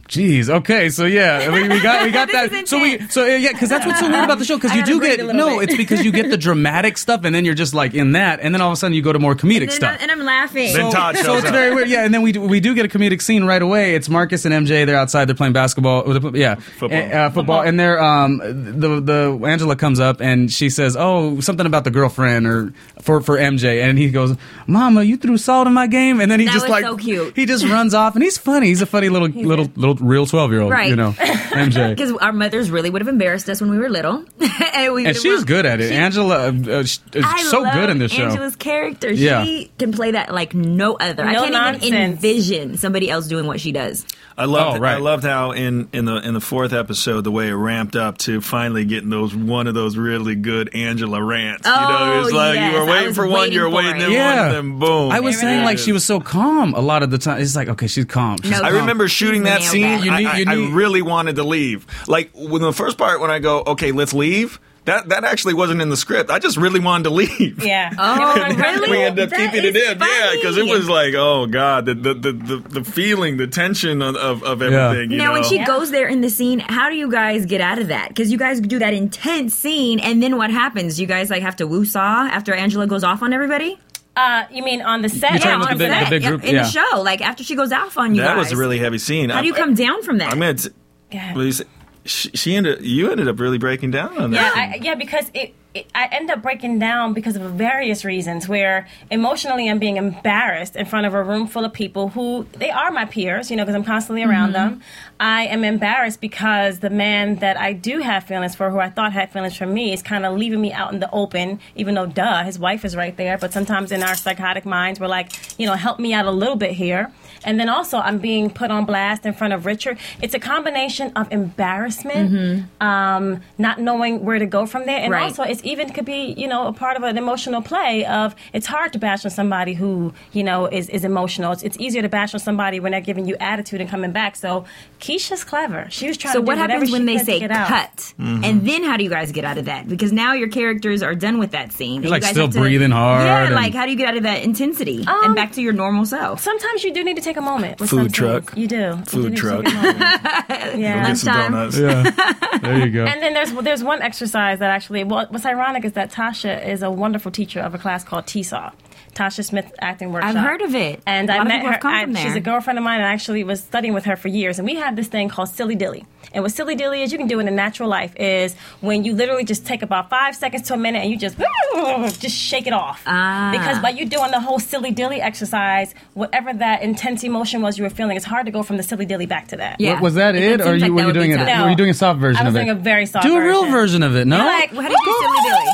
Jeez. Okay. So yeah, we, we got we got [laughs] This that. is So we intense. so uh, yeah, because that's what's so weird about the show. Because I you gotta do breathe get a little no, bit. it's because you get the dramatic stuff, and then you're just like in that, and then all of a sudden you go to more comedic and, stuff. I'm, and I'm laughing. Then Todd Oh, so shows it's up. very weird. Yeah, and then we do, we do get a comedic scene right away. It's Marcus and MJ. They're outside. They're playing basketball. or they're pl- Yeah, Football. And, uh, football. And they're um the the Angela comes up and she says, "Oh, something about the girlfriend or for for MJ." And he goes, "Mama, you threw salt in my game." And then he That just was like so cute. He just runs off and he's funny. He's a funny little little little real twelve year old. Right. You know, [laughs] MJ. because our mothers really would have embarrassed us when we were little. [laughs] and, we And would've she's went- good at it. Angela uh, uh, sh- is I so love good in this show. Angela's character. Yeah. She can play that like no other. I No can't even nonsense. envision somebody else doing what she does. I loved Oh, right. I loved how in, in the in the fourth episode the way it ramped up to finally getting those one of those really good Angela rants. you know, it was Oh, like yes. you were I waiting was for one, waiting you were for waiting it. for Yeah. one, then boom. I was saying like she was so calm a lot of the time. It's like okay, she's calm. She's No, I Um, remember shooting that nailed scene. that. You I- knew- you I, I knew- really wanted to leave. Like when the first part, when I go, okay, let's leave. That that actually wasn't in the script. I just really wanted to leave. Yeah. [laughs] Oh, It was [laughs] really? We ended up That keeping it is in, yeah, because it funny. was like, oh god, the the the, the, the feeling, the tension of of, of Yeah. everything. You now, know? when she Yeah. goes there in the scene, how do you guys get out of that? Because you guys do that intense scene, and then what happens? You guys like have to woo saw after Angela goes off on everybody. Uh, you mean on the set? You're talking on about the big- set. the big group, in yeah. the show, like after she goes off on you that was guys. a really heavy scene. How do you come down from that? I'm gonna. T- Yeah. Lisa, she, she ended. You ended up really breaking down on Yeah, that. I, yeah, because it it- I end up breaking down because of various reasons. Where emotionally, I'm being embarrassed in front of a room full of people who they are my peers, you know, because I'm constantly around Mm-hmm. them. I am embarrassed because the man that I do have feelings for, who I thought had feelings for me, is kind of leaving me out in the open. Even though, duh, his wife is right there. But sometimes in our psychotic minds, we're like, you know, help me out a little bit here. And then also, I'm being put on blast in front of Richard. It's a combination of embarrassment, Mm-hmm. um, not knowing where to go from there, and Right. also it's even could be you know a part of an emotional play of it's hard to bash on somebody who you know is, is emotional. It's, it's easier to bash on somebody when they're giving you attitude and coming back. So Keisha's clever. She was trying. So to do what whatever happens she when they could to say get cut? out. Mm-hmm. And then how do you guys get out of that? Because now your characters are done with that scene. You're like, still breathing hard Yeah, and- like how do you get out of that intensity and Um, back to your normal self? Sometimes you do need to take a moment. with Food some scenes. truck. You do. You do Food need to truck. take a moment. [laughs] [laughs] yeah. Get some Lunchtime. donuts. There you [laughs] go. And then there's there's one exercise that actually what, what's ironic is that Tasha is a wonderful teacher of a class called TESOL, Tasha Smith Acting Workshop. heard of it. And A lot I of met people her. have come I- from she's there. a girlfriend of mine, and I actually was studying with her for years. And we have this thing called silly dilly. And what silly dilly is, you can do in a natural life is when you literally just take about five seconds to a minute and you just [laughs] just shake it off. Ah. Because by you doing the whole silly dilly exercise, whatever that intense emotion was you were feeling, it's hard to go from the silly dilly back to that. Yeah. Wa- Was that it, seems or you, like were that you would be doing it? tough. Were you doing a soft version I was of it? doing a very soft Do a real version. version of it. No. Like, How did you do silly dilly?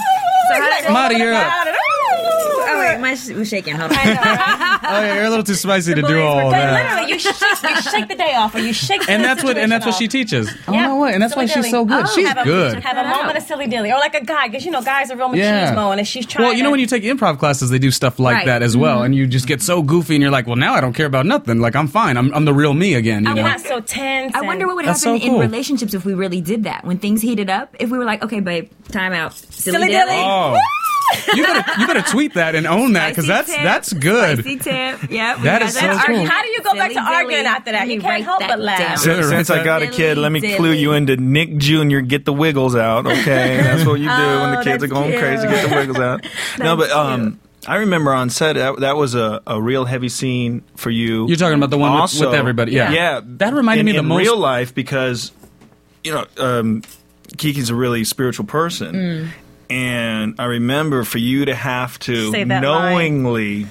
So how did- Marty, you're up. Oh wait, my sh- was shaking. Hold I know, on. right? oh yeah, you're a little too spicy to boys do were all Oh, [laughs] But good. that. literally, you shake, you shake the day off, or you shake. And the that's what and that's what she situation off. teaches. Oh Yep. no way! And that's why Silly she's dilly. so good. Oh, she's have a- good. Have a Check it moment out. of silly dilly, or like a guy, because you know guys are real machismo, and if she's trying. Well, you know to- when you take improv classes, they do stuff like Right. that as well, and you just get so goofy, and you're like, "Well, now I don't care about nothing. Like I'm fine. I'm, I'm the real me again." You I'm know? not so tense. I and- wonder what would That's happen so cool. in relationships if we really did that. When things heated up, if we were like, okay, babe, time out. Silly, Silly dilly. dilly. Oh, you better you better tweet that and own that because Spicy that's tip. that's good. Spicy tip. Yep. we That got is that. so Argue- cool. How do you go back to Dilly-dilly. arguing after that? Let You me can't write help that but laugh. down. So- Since, since I got a kid, let me Dilly, clue you dilly. into Nick Jr. Get the wiggles [laughs] out, okay? That's what you do Oh, when the kids are that's going crazy. Get the wiggles [laughs] out. no, but That's um, I remember on set that, that was a, a real heavy scene for you. You're talking about the one with- with everybody, yeah. yeah. That reminded in- me the in most- real life because you know um, Kiki's a really spiritual person. Mm. And I remember for you to have to Say that line. knowingly,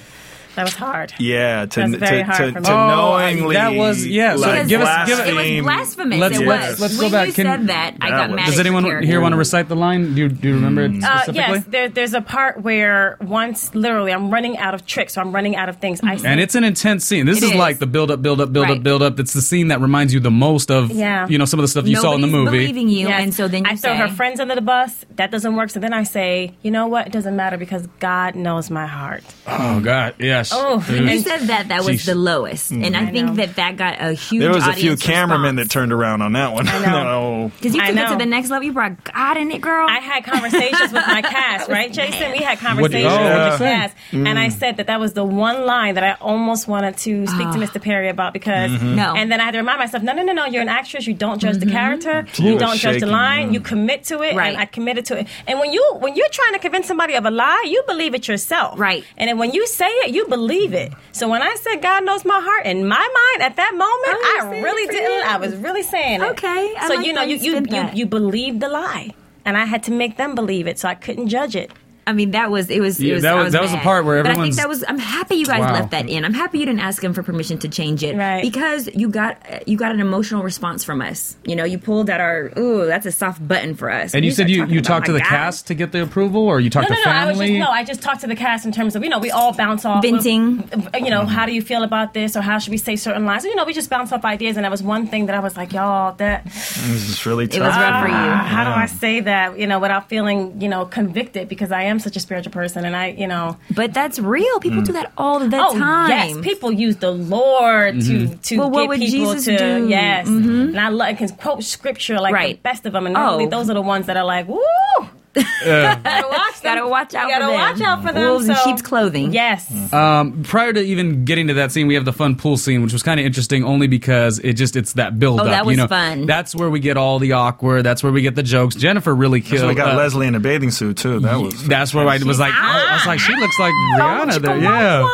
That was hard. yeah, to That's very to, hard to, for me. to Oh, knowingly. that was- yeah, so like, give us- give us- it blaspheme. was blasphemous. Let's- it let's- was. let's go when back. you Can- said that, I That got was- Does mad. at Does your anyone character. here want to recite the line? Do you, do you remember it Uh, specifically? yes, there, there's a part where once literally I'm running out of tricks, so I'm running out of things. I Mm-hmm. And it's an intense scene. This It is, is. like the build up, build up, build up, Right. build up. It's the scene that reminds you the most of Yeah. you know some of the stuff you saw in the Nobody's movie. believing you, Yes. and so then you I say, throw her friends under the bus. That doesn't work. So then I say, you know what? It doesn't matter because God knows my heart. Oh God, yes. Oh, Dude. and- You said that that was Mm-hmm. Jeez. the lowest, and I, Mm-hmm. think know. that that got a huge. There was a few audience cameramen that response. turned around on that one. Oh, I know. [laughs] No. because you I took it to know. the next level. You brought God in it, girl. I had conversations with [laughs] my cast, right, Jason? We had conversations oh, with what'd my you say? Mm. cast, and I said that that was the one line that I almost wanted to speak to Mr. Perry about because, Mm-hmm. No. Mm-hmm. and then I had to remind myself, no, no, no, no, you're an actress. You don't judge the character. Ooh. You don't judge the Shaking, line. mm. You commit to it, Right. and I committed to it. And when you when you're trying to convince somebody of a lie, you believe it yourself, Right. And then when you say it, you believe it. So when I said God knows my heart, in my mind at that Oh, you're moment, saying I it really for didn't. you. I was really saying it. Okay, I so like you know, how you you you said you, that. you believed the lie, and I had to make them believe it, so I couldn't judge it. I mean, that was it was. Yeah, it was that I was- that was mad. the part where But I everyone's- think that was. I'm happy you guys Wow. left that in. I'm happy you didn't ask him for permission to change it, Right. Because you got you got an emotional response from us. You know, you pulled at our. Ooh, that's a soft button for and us. When you said start you talking you about talked to my the God. cast to get the approval, or you talked No, to no, no. I was just family. no. I just talked to the cast in terms of you know we all bounce off of- uh, Venting. you know how do you feel about this or how should we say certain lines? You know we just bounce off ideas, and that was one thing that I was like, y'all, that This [laughs] is really tough. It was rough for you. how do I say that? You know, without feeling you know convicted because I am such a spiritual person, and I you know But that's real. People do that all the oh time. Mm-hmm. yes, people use the Lord to to Well, what get would people Jesus to do? Mm-hmm. yes, and I love I can quote scripture like the Right. best of them, and Oh. normally those are the ones that are [laughs] like woo. gotta watch, them. Gotta watch out You gotta for them. watch out for them. Wolves in so- sheep's clothing. Yes. Um, prior to even getting to that scene, we have the fun pool scene, which was kind of interesting only because it just it's that build Oh, up. that you was know? fun. That's where we get all the awkward. That's where we get the jokes. Jennifer really killed. So we got uh, Leslie in a bathing suit too. That was Ah! That's where I was like, oh, I was like, she looks like Rihanna there. Yeah.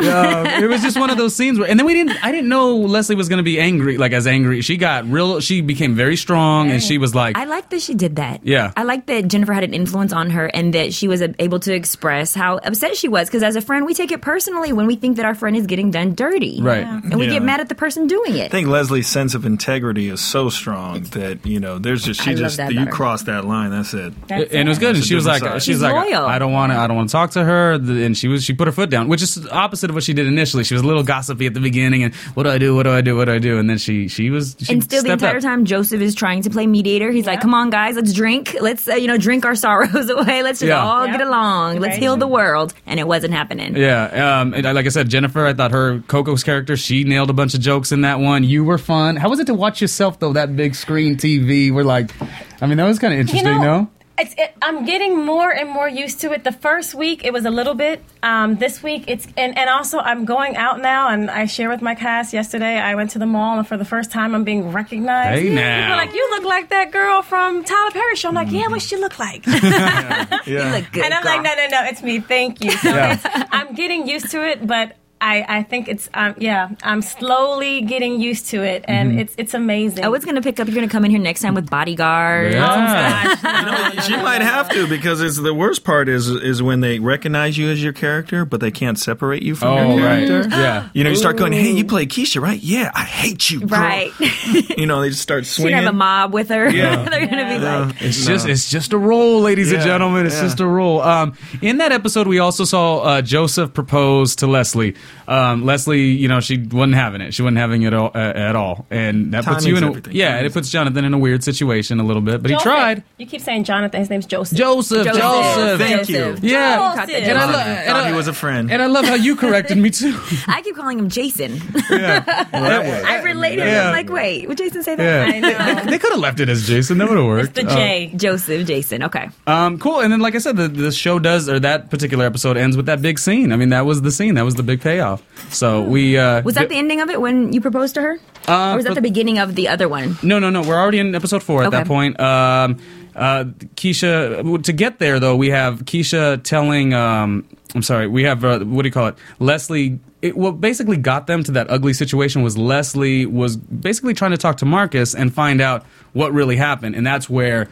Yeah, it was just one of those scenes where, and then we didn't. I didn't know Leslie was going to be angry, like as angry. She got real. She became very strong, and she was like, I like that she did that. Yeah. I like that Jennifer had an influence on her and that she was uh, able to express how upset she was. Because as a friend, we take it personally when we think that our friend is getting done dirty. Right. Yeah. And we Yeah. get mad at the person doing it. I think Leslie's sense of integrity is so strong that you know there's just she I love just that you about her. cross that line. That's it. and it was good. And That's a she was like, different she's, side. She's like, loyal. I don't want to, I don't want to talk to her. The- And she was, she put her foot down, which is opposite of what she did initially. She was a little gossipy at the beginning, and what do I do? What do I do? What do I do? And then she, she was, she and still the stepped entire up. time joseph is trying to play mediator he's like Yeah. come on guys let's drink let's uh, you know drink our sorrows [laughs] away let's just Yeah. all Yeah. get along let's Right. heal the world and it wasn't happening Yeah, um, and I- like I said, Jennifer, I thought her Coco's character, she nailed a bunch of jokes in that one. You were fun. How was it to watch yourself though? That big screen TV. We're like, I mean, that was kind of you interesting, know, no? It's, it, I'm getting more and more used to it. The first week it was a little bit. Um, this week it's and, and also I'm going out now and I share with my cast. Yesterday I went to the mall and for the first time I'm being recognized. Hey, People now. Mm-hmm. are like you look like that girl from Tyler Perry show. I'm like yeah, what she [laughs] look like? you look good and I'm girl. like no no no, it's me. Thank you. So Yeah. it's, I'm getting used to it, but. I, I think it's um, yeah I'm slowly getting used to it and Mm-hmm. it's it's amazing. i was gonna pick up you're gonna come in here next time with bodyguard [laughs] Ah. she might have to because it's the worst part is is when they recognize you as your character, but they can't separate you from Oh, your right. character. Yeah. [gasps] You know, you start going, "Hey, you play Keisha, right? Yeah, I hate you, girl." right she's [laughs] You know, they just [laughs] start gonna swinging. have a mob with her Yeah. [laughs] they're gonna be like It's just it's just a role, ladies and Yeah, gentlemen. It's yeah. just a role. Um, in that episode, we also saw uh, Joseph propose to Leslie. Um, Leslie, you know, she wasn't having it. She wasn't having it all, uh, at all, and that puts you Timing's in a, everything. yeah, Timing's it puts Jonathan in a weird situation a little bit. But he Joseph. tried. You keep saying Jonathan. His name's Joseph. Joseph, Joseph, Joseph. Thank you. Yeah. Joseph. And I, lo- Thought [laughs] and, I, he Uh, was a friend. and I love how you corrected me too. [laughs] I keep calling him Jason. [laughs] That I relate him. Yeah. I'm like, wait, would Jason say that? Yeah. I know. they could have left it as Jason. That would have worked. The Uh, J. [laughs] Joseph, Jason. Okay. Uh, Um, cool. And then, like I said, the, the show does, or that particular episode ends with that big scene. I mean, that was the scene. That was the big payoff. So we uh, Was that the ending of it when you proposed to her? Uh, or was that but- the beginning of the other one? No, no, no. We're already in episode four at Okay. that point. Um, uh, Keisha. To get there, though, we have Keisha telling. Um, I'm sorry. We have uh, what do you call it? Leslie. It, what basically got them to that ugly situation was Leslie was basically trying to talk to Marcus and find out what really happened, and that's where.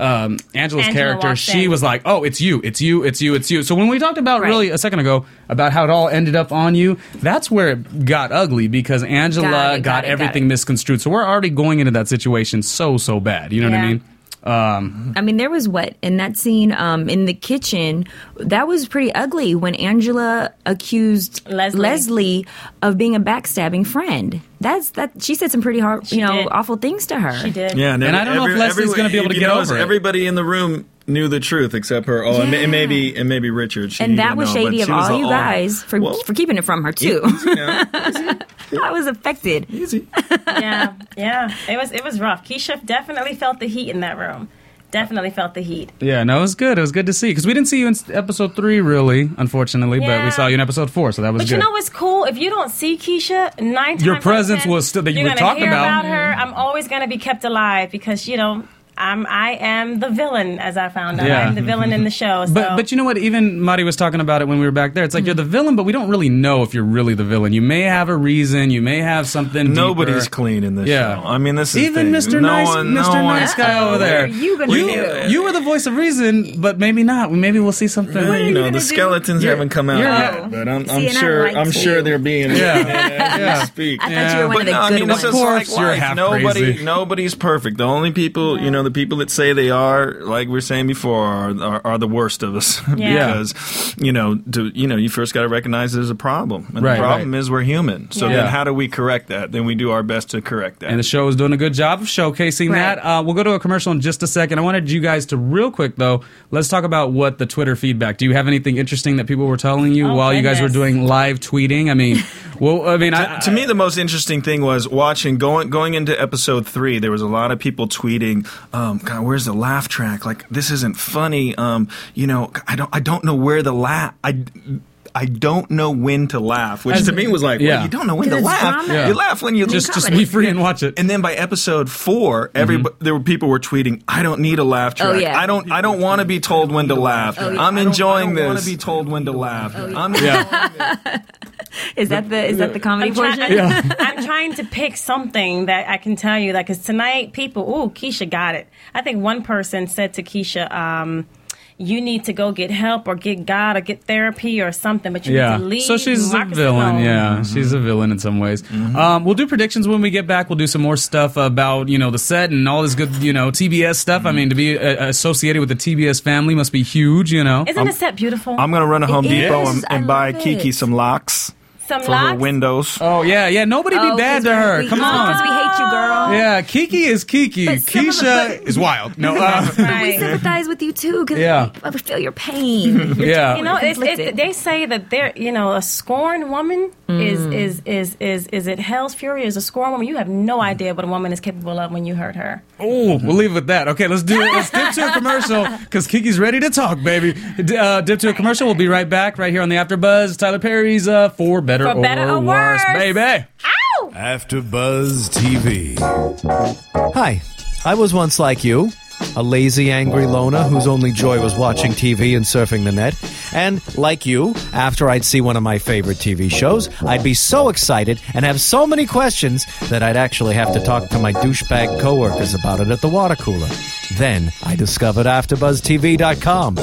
Um, Angela's Angela character, walks she in. was like, "Oh, it's you, it's you, it's you, it's you." So when we talked about Right. really a second ago about how it all ended up on you, that's where it got ugly because Angela Got it, got it, got everything it. misconstrued. So we're already going into that situation so so bad. You know Yeah. what I mean? Um, I mean, there was what in that scene um, in the kitchen that was pretty ugly when Angela accused Leslie. Leslie of being a backstabbing friend. That's that she said some pretty hard, you know, did. awful things to her. She did. Yeah, And I don't know if Leslie's gonna be able to you get notice, over it. Everybody in the room knew the truth except her. Oh, and, ma- and maybe and maybe Richard. She And that didn't was know, but shady of she was "Oh, all you guys for Well, [laughs] for keeping it from her too. you know, [laughs] I was affected. easy. [laughs] yeah, yeah. It was it was rough. Keisha definitely felt the heat in that room. Definitely felt the heat. yeah, no, it was good. It was good to see because we didn't see you in s- episode three, really, unfortunately. But Yeah. we saw you in episode four, so that was But good. you know what's cool? If you don't see Keisha nine times, Your out of presence 10, was still- that you you're were gonna talking hear about. about. her. I'm always going to be kept alive because you know I'm I am the villain as I found out. Yeah. I'm the [laughs] villain in the show. So. but, but you know what? Even Marty was talking about it when we were back there. It's like you're Mm-hmm. the villain, but we don't really know if you're really the villain. You may have a reason. You may have something. Nobody's deeper. clean in this Yeah. show. I mean, this is Even the Mr. thing. No nice, one- Mr. no one- nice guy over there. are you gonna you, do? you were the voice of reason, but maybe not. Maybe we'll see something. you know, the skeletons haven't come out you're- yet, but I'm, I'm See, and I sure like I'm to. sure they're being Yeah. yeah. Yeah. speak. I thought you were one of But the no, I good mean, ones. this is Of like course you're life. half Nobody, crazy. nobody's perfect. The only people, you know, the people that say they are, like we were saying before, are, are, are the worst of us. [laughs] Yeah. because, you know, to, you know, you first got to recognize there's a problem, and Right, the problem right. is we're human. So Yeah. then, how do we correct that? Then we do our best to correct that. And the show is doing a good job of showcasing Right. that. Uh, we'll go to a commercial in just a second. I wanted you guys to, real quick though, let's talk about what the Twitter feedback. Do you have anything interesting that people were telling you Oh, while you guys were goodness. doing live tweeting? I mean, well, I mean, I, to me, the most interesting thing was watching going going into episode three. There was a lot of people tweeting, um, "God, where's the laugh track? Like this isn't funny. Um, you know, I don't I don't know where the laugh I." I don't know when to laugh, which As- to me was like, yeah. well, you don't know when to Because it's laugh. drama. Yeah. You laugh when you just just be comedy. free Mm-hmm. and watch it. and then by episode four, every there were people were tweeting, "I don't need a laugh track. Oh, yeah. Oh, I don't. I don't want to be told when to laugh. yeah. I'm enjoying I I don't wanna this. want to be told when to laugh. I'm Yeah. Is that the is that the comedy I'm, try- [laughs] portion? [laughs] I'm- I'm trying to pick something that I can tell you. Like, cause tonight, people, ooh, Keisha got it. I think one person said to Keisha, um, you need to go get help or get God or get therapy or something, but you need to Yeah. leave. So she's Marcus a villain. alone. Yeah, Mm-hmm. she's a villain in some ways. Um, we'll do predictions when we get back. We'll do some more stuff about you know the set and all this good you know TBS stuff. Mm-hmm. I mean, to be uh, associated with the TBS family must be huge. You know. Isn't the set beautiful? I'm gonna run to Home It Depot is. and, I and buy love Kiki it. some locks Some for her locks. windows. Oh yeah, yeah. Nobody be Oh, bad 'cause to her. we- Come oh, on. 'cause we hate you, girl. Yeah, Kiki is Kiki. But some of the- Keisha but- is wild. No, uh, [laughs] We [laughs] Right. sympathize with you too because Yeah. I would feel your pain. [laughs] yeah. You know, it's, it's, Conflicted. they say that they're, you know, a scorned woman is, is, is, is, is it hell's fury? Is a scorned woman? You have no idea what a woman is capable of when you hurt her. Oh, we'll leave it with that. Okay, let's do it. Let's dip to a [laughs] commercial because Kiki's ready to talk, baby. D- uh, dip to a commercial. We'll be right back right here on the After Buzz. Tyler Perry's uh, for better, For Better or Worse. baby. After Buzz TV. Hi, I was once like you, a lazy, angry loner whose only joy was watching TV and surfing the net. And like you, after I'd see one of my favorite TV shows, I'd be so excited and have so many questions that I'd actually have to talk to my douchebag coworkers about it at the water cooler. Then I discovered AfterBuzzTV.com.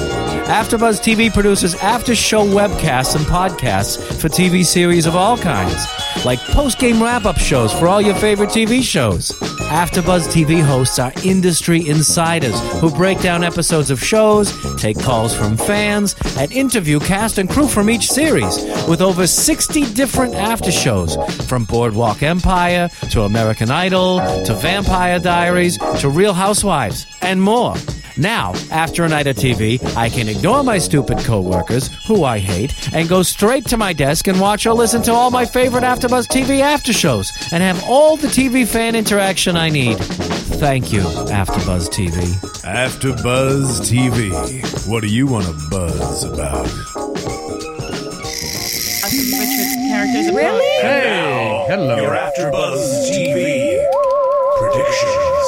AfterBuzz TV produces after-show webcasts and podcasts for TV series of all kinds, like post-game wrap-up shows for all your favorite TV shows. AfterBuzz TV hosts are industry insiders who break down episodes of shows, take calls from fans, and interview cast and crew from each series with over 60 different aftershows from Boardwalk Empire to American Idol to Vampire Diaries to Real Housewives and more. Now, after a night of TV, I can ignore my stupid coworkers, who I hate, and go straight to my desk and watch or listen to all my favorite AfterBuzz TV after shows and have all the TV fan interaction I need. Thank you, AfterBuzz TV. After Buzz TV, what do you want to buzz about? really? Hey, Your hello, After Buzz TV predictions.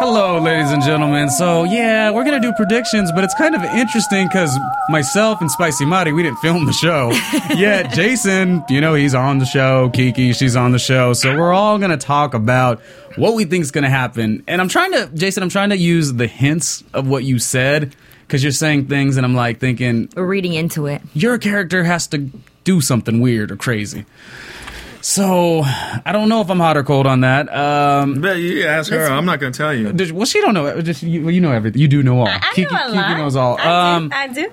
hello, ladies and gentlemen. So yeah, we're gonna do predictions, but it's kind of interesting because myself and Spicy Marty we didn't film the show. Yet Jason, you know, he's on the show. Kiki, she's on the show. So we're all gonna talk about what we think's gonna happen. And I'm trying to, Jason, I'm trying to use the hints of what you said. Because you're saying things, and I'm like thinking, We're reading into it. your character has to do something weird or crazy. So I don't know if I'm hot or cold on that. Um, But you ask her. I'm not gonna tell you. did- well, she don't know. uh, Just you, you know everything. You do know all. I, I Kiki, know a Kiki lot. knows all. I um, do. I do.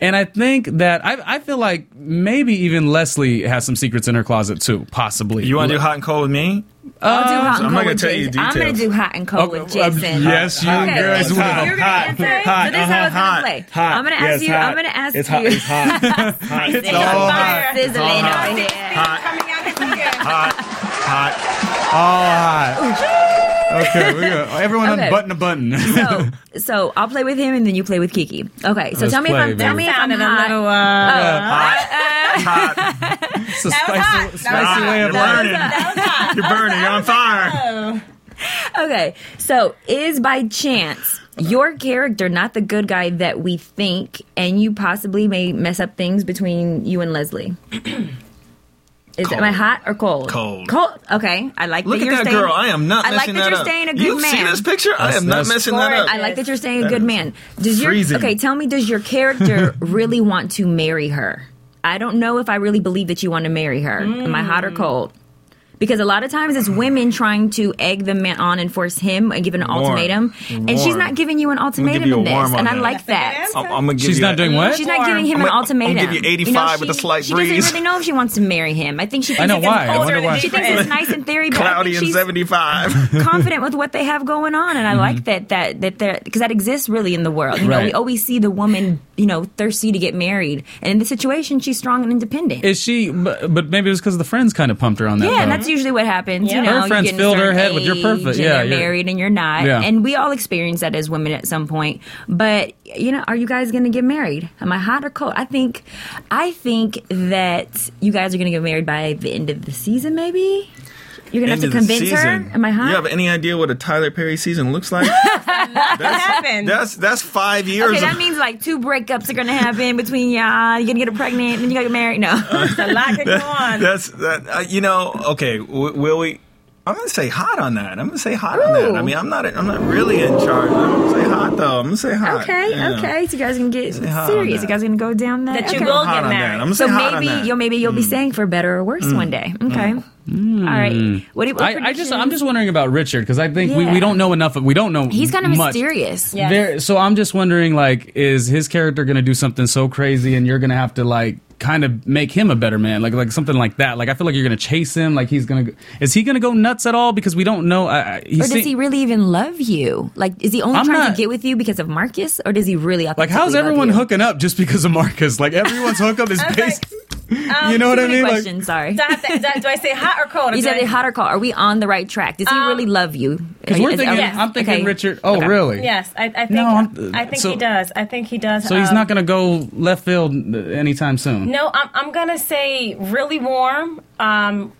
and I think that I, I feel like maybe even Leslie has some secrets in her closet too, possibly. You want to do hot and cold with me? I'll do hot and I'm cold not gonna with tell you Jason. I'm going details. to do hot and cold Oh, with Okay, um, Jason. yes, you Okay, guys so will. You're gonna Hot, answer. hot, so this is how it's uh-huh, gonna play. hot, I'm gonna ask yes, you. hot. I'm gonna ask It's you. hot, it's hot. [laughs] It's all Oh, hot. Sizzling over here. Coming out of the air. Okay, we're gonna, everyone Okay. unbutton a button. So, so I'll play with him and then you play with Kiki. Okay. So Let's tell me play, if I'm tell baby. me if I'm Sounded a hot. Oh, little. Uh, [laughs] it's a hot. spicy, That spicy was way of You're burning. You're burning. You're on fire. oh. Okay. So is by chance your character not the good guy that we think, and you possibly may mess up things between you and Leslie. [clears throat] Is am I Cold. hot or cold? Cold. Cold. Okay. I like Look that at you're that staying, girl. I am not I like messing that, you're up. staying a good you man. see this picture? I That's- am not that's messing that up. I like that you're staying a good man. Does your freezing. okay? Tell me, does [laughs] your character really want to marry her? I don't know if I really believe that you want to marry her. Am I hot or cold? Because a lot of times it's women trying to egg the man on and force him and give an ultimatum, and she's Warm. not giving you an ultimatum you a in this, warm on and I that. like that. I'm, I'm gonna give She's you not that. doing what? She's not giving him I'm an gonna- I'm gonna ultimatum. give you 85 with a slight she breeze. doesn't really know if she wants to marry him. I think she. Thinks know it's why. I wonder important. why. She thinks it's nice in theory, but I Cloudy think and she's- [laughs] 75. confident with what they have going on, and I like that that that they're because that exists really in the world. You know, we Mm-hmm. Right. always see the woman, you know, thirsty to get married, and in this situation, she's strong and independent. Is she? But, but maybe it was because the friends kind of pumped her on that. yeah, and though. that's usually what happens. Yeah. You Her know, you friends get a filled her certain head with, "You're age, perfect." and Yeah, you're you're- married and you're not, Yeah. and we all experience that as women at some point. But you know, are you guys going to get married? Am I hot or cold? I think, I think that you guys are going to get married by the end of the season, maybe. You're gonna have to end of the convince her? season. Am I hot? You have any idea what a Tyler Perry season looks [laughs] like? What happened? that's that's five years. Okay, of- that means like two breakups are gonna happen between y'all. You're gonna get her pregnant, and you gotta get married. [laughs] No, a lot [laughs] could go on. That's that. Uh, you know. Okay. W- will we? I'm gonna say hot on that. I'm gonna say hot on that. I mean, I'm not. I'm not really in charge. I'm gonna say hot though. I'm gonna say hot. okay, Yeah. okay. So you guys are gonna get hot on serious. that. You guys are gonna go down that. That you okay. will Hot get on that. married. I'm gonna say So hot on maybe that. Mm. you'll maybe you'll be saying for better or worse one day. Okay. All right. What do you? what I, I just I'm predictions? just wondering about Richard because I think we, Yeah. we don't know enough. of- We don't know. He's kind of much. mysterious. Yes. There, so I'm just wondering, like, is his character going to do something so crazy, and you're going to have to like kind of make him a better man, like like something like that. Like I feel like you're going to chase him. Like he's going to is he going to go nuts at all? Because we don't know. I, I, he Or does seem- he really even love you? Like, is he only I'm trying not- to get with you because of Marcus, or does he really? Like authentically how's love everyone you? hooking up just because of Marcus? Like everyone's hookup [laughs] is was based. [laughs] you know what um, Too I many mean? questions, Like, sorry. Do I, have to, do I- do I say hot or cold? Or You do said I- it hot or cold. Are we on the right track? Does he Um, really love you? Are 'cause you- we're is- thinking, okay. I'm thinking Okay. Richard. Oh, Okay. really? Yes, I, I think No, I'm- I think so- he does. I think he does. So he's um, not going to go left field anytime soon. No, I'm, I'm gonna say really warm, um,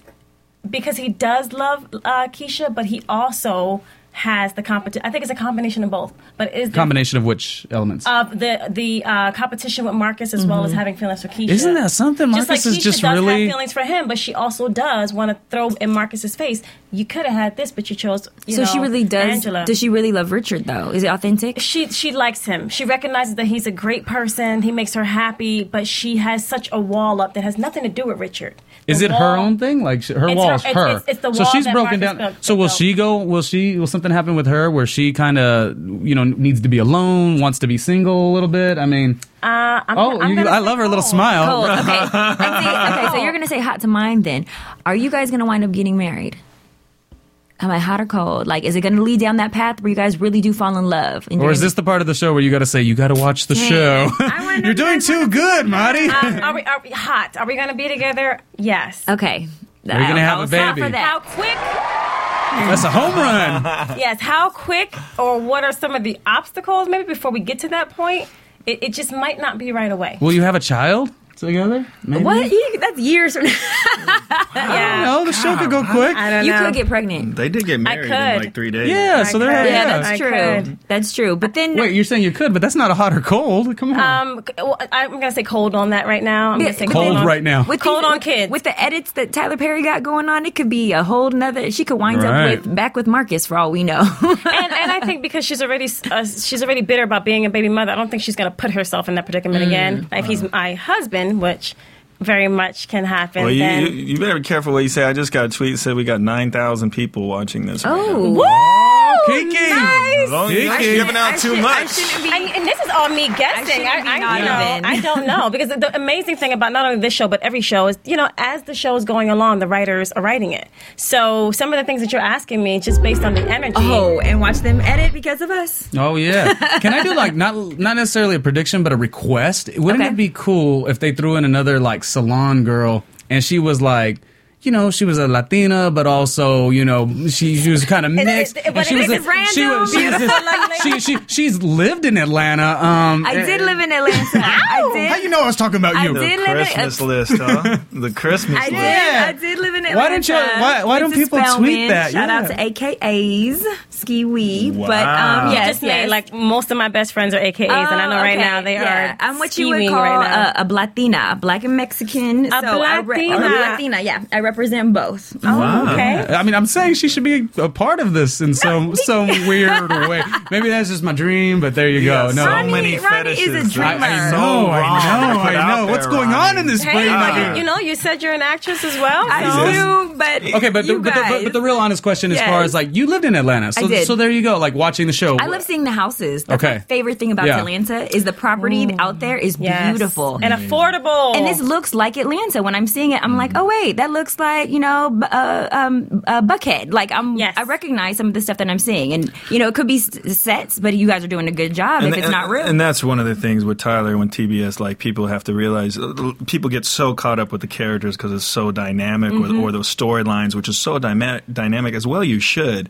because he does love uh, Keisha, but he also has the competition. I think it's a combination of both, but it is the- Combination of which elements? of the the uh, competition with Marcus as well as having feelings for Keisha. Mm-hmm. Isn't that something? Just like Marcus is Keisha just does really- have feelings for him, but she also does want to throw in Marcus's face. You could have had this, but you chose. You So know, she really does. Angela. Does she really love Richard though? Is it authentic? she she likes him. She recognizes that he's a great person. He makes her happy, but she has such a wall up that has nothing to do with Richard. Is The it her wall- own thing? Like sh- her It's wall her- is it's- her. it's- it's the so wall she's that broken Marcus down. built- So will built. she go? Will she? Will something happen with her where she kind of you know needs to be alone, wants to be single a little bit? I mean, Uh, I'm, oh, I'm you, gonna I say love her little cold. smile. Cold. [laughs] Okay. I see- okay. So you're gonna say hot to mine then. Are you guys gonna wind up getting married? Am I hot or cold? Like, is it gonna lead down that path where you guys really do fall in love? And Or you're is gonna- this the part of the show where you got to say you got to watch the show? [laughs] I wanna know You're doing if you too good, Marty. [laughs] Um, are we are we hot? Are we gonna be together? Yes. okay? We're gonna have a baby. For How that. quick? That's a home [laughs] run. Yes. How quick? Or what are some of the obstacles? Maybe before we get to that point, it, it just might not be right away. Will you have a child together? Maybe? What? You- That's years from now. yeah. No, Oh, the show could go quick. I don't You know. could get pregnant. They did get married in could. like three days. Yeah, I so they're could. yeah. Yeah, that's I true. could. That's true. But then, Wait, you're saying you could, but that's not a hot or cold. Come on. Um, c- well, I'm gonna say cold on that right now. I'm gonna say Cold on- right now. with cold these- on with- kids. with the edits that Tyler Perry got going on, it could be a whole nother. She could wind Right. up with back with Marcus for all we know. [laughs] and, and I think because she's already uh, she's already bitter about being a baby mother, I don't think she's going to put herself in that predicament again. If he's my husband, which very much can happen, Well, you, then you, you better be careful what you say. I just got a tweet that said we got nine thousand people watching this. right Oh. now. Ooh. Kiki. As long as you're not Kiki. giving out too I much. shouldn't And, be. and this is all me guessing. shouldn't I, be I, you nodding. know, I don't know because the- the amazing thing about not only this show but every show is you know as the show is going along, the writers are writing it. So some of the things that you're asking me just based on the energy. Oh, and watch them edit because of us. Oh [laughs] yeah. Can I do like not not necessarily a prediction, but a request? Wouldn't Okay. it be cool if they threw in another like salon girl and she was like you know, she was a Latina, but also, you know, she, she was kind of mixed. it- and but she it was is random, she was, she, was beautiful, lovely. this, she, she she's lived in Atlanta. Um, I did and- live in Atlanta. I did. How you know I was talking about I you? did. The [laughs] Christmas list, huh? The Christmas I list. did. Yeah. I did live in Atlanta. Why don't you- why- why don't Mrs. people tweet Spellman, that? Shout out to Yeah. AKAs Ski Weed. Wow. But um, You yes, Just made yes. like most of my best friends are AKAs, and I know Oh, right okay. now they Yeah. are. I'm what you would skiing call right now. a, a Blatina, black and Mexican. so I re- Blatina. a Blatina, yeah. I represent both. Oh, okay. I mean, I'm saying she should be a part of this in [laughs] some some weird way. Maybe that's just my dream, but there you go. Yes. No, So Ronnie- many Ronnie is a fetishes. I, I dreamer. know, I Wrong know, to I put out know. What's there, going on Ronnie? in this Hey, brain right but here? you, you know, you said you're an actress as well. I so- do, but Okay, but the, you but, the, guys, but the real honest question, as Yes. far as like you lived in Atlanta, so I did. so there you go. Like watching the show, I love seeing the houses. That's Okay. my favorite thing about Yeah. Atlanta is the property out there is Yes. beautiful. and affordable. And this looks like Atlanta. When I'm seeing it, I'm Mm. like, oh wait, that looks like you know, bu- uh, um, uh, Buckhead. Like I'm, Yes. I recognize some of the stuff that I'm seeing, and you know, it could be s- sets, but you guys are doing a good job if it's not real. [laughs] and that's one of the things with Tyler when TBS, like people have to realize, uh, l- people get so caught up with the characters Mm-hmm. because it's so dynamic, or, or those storylines, which is so dyma- dynamic as well. You should.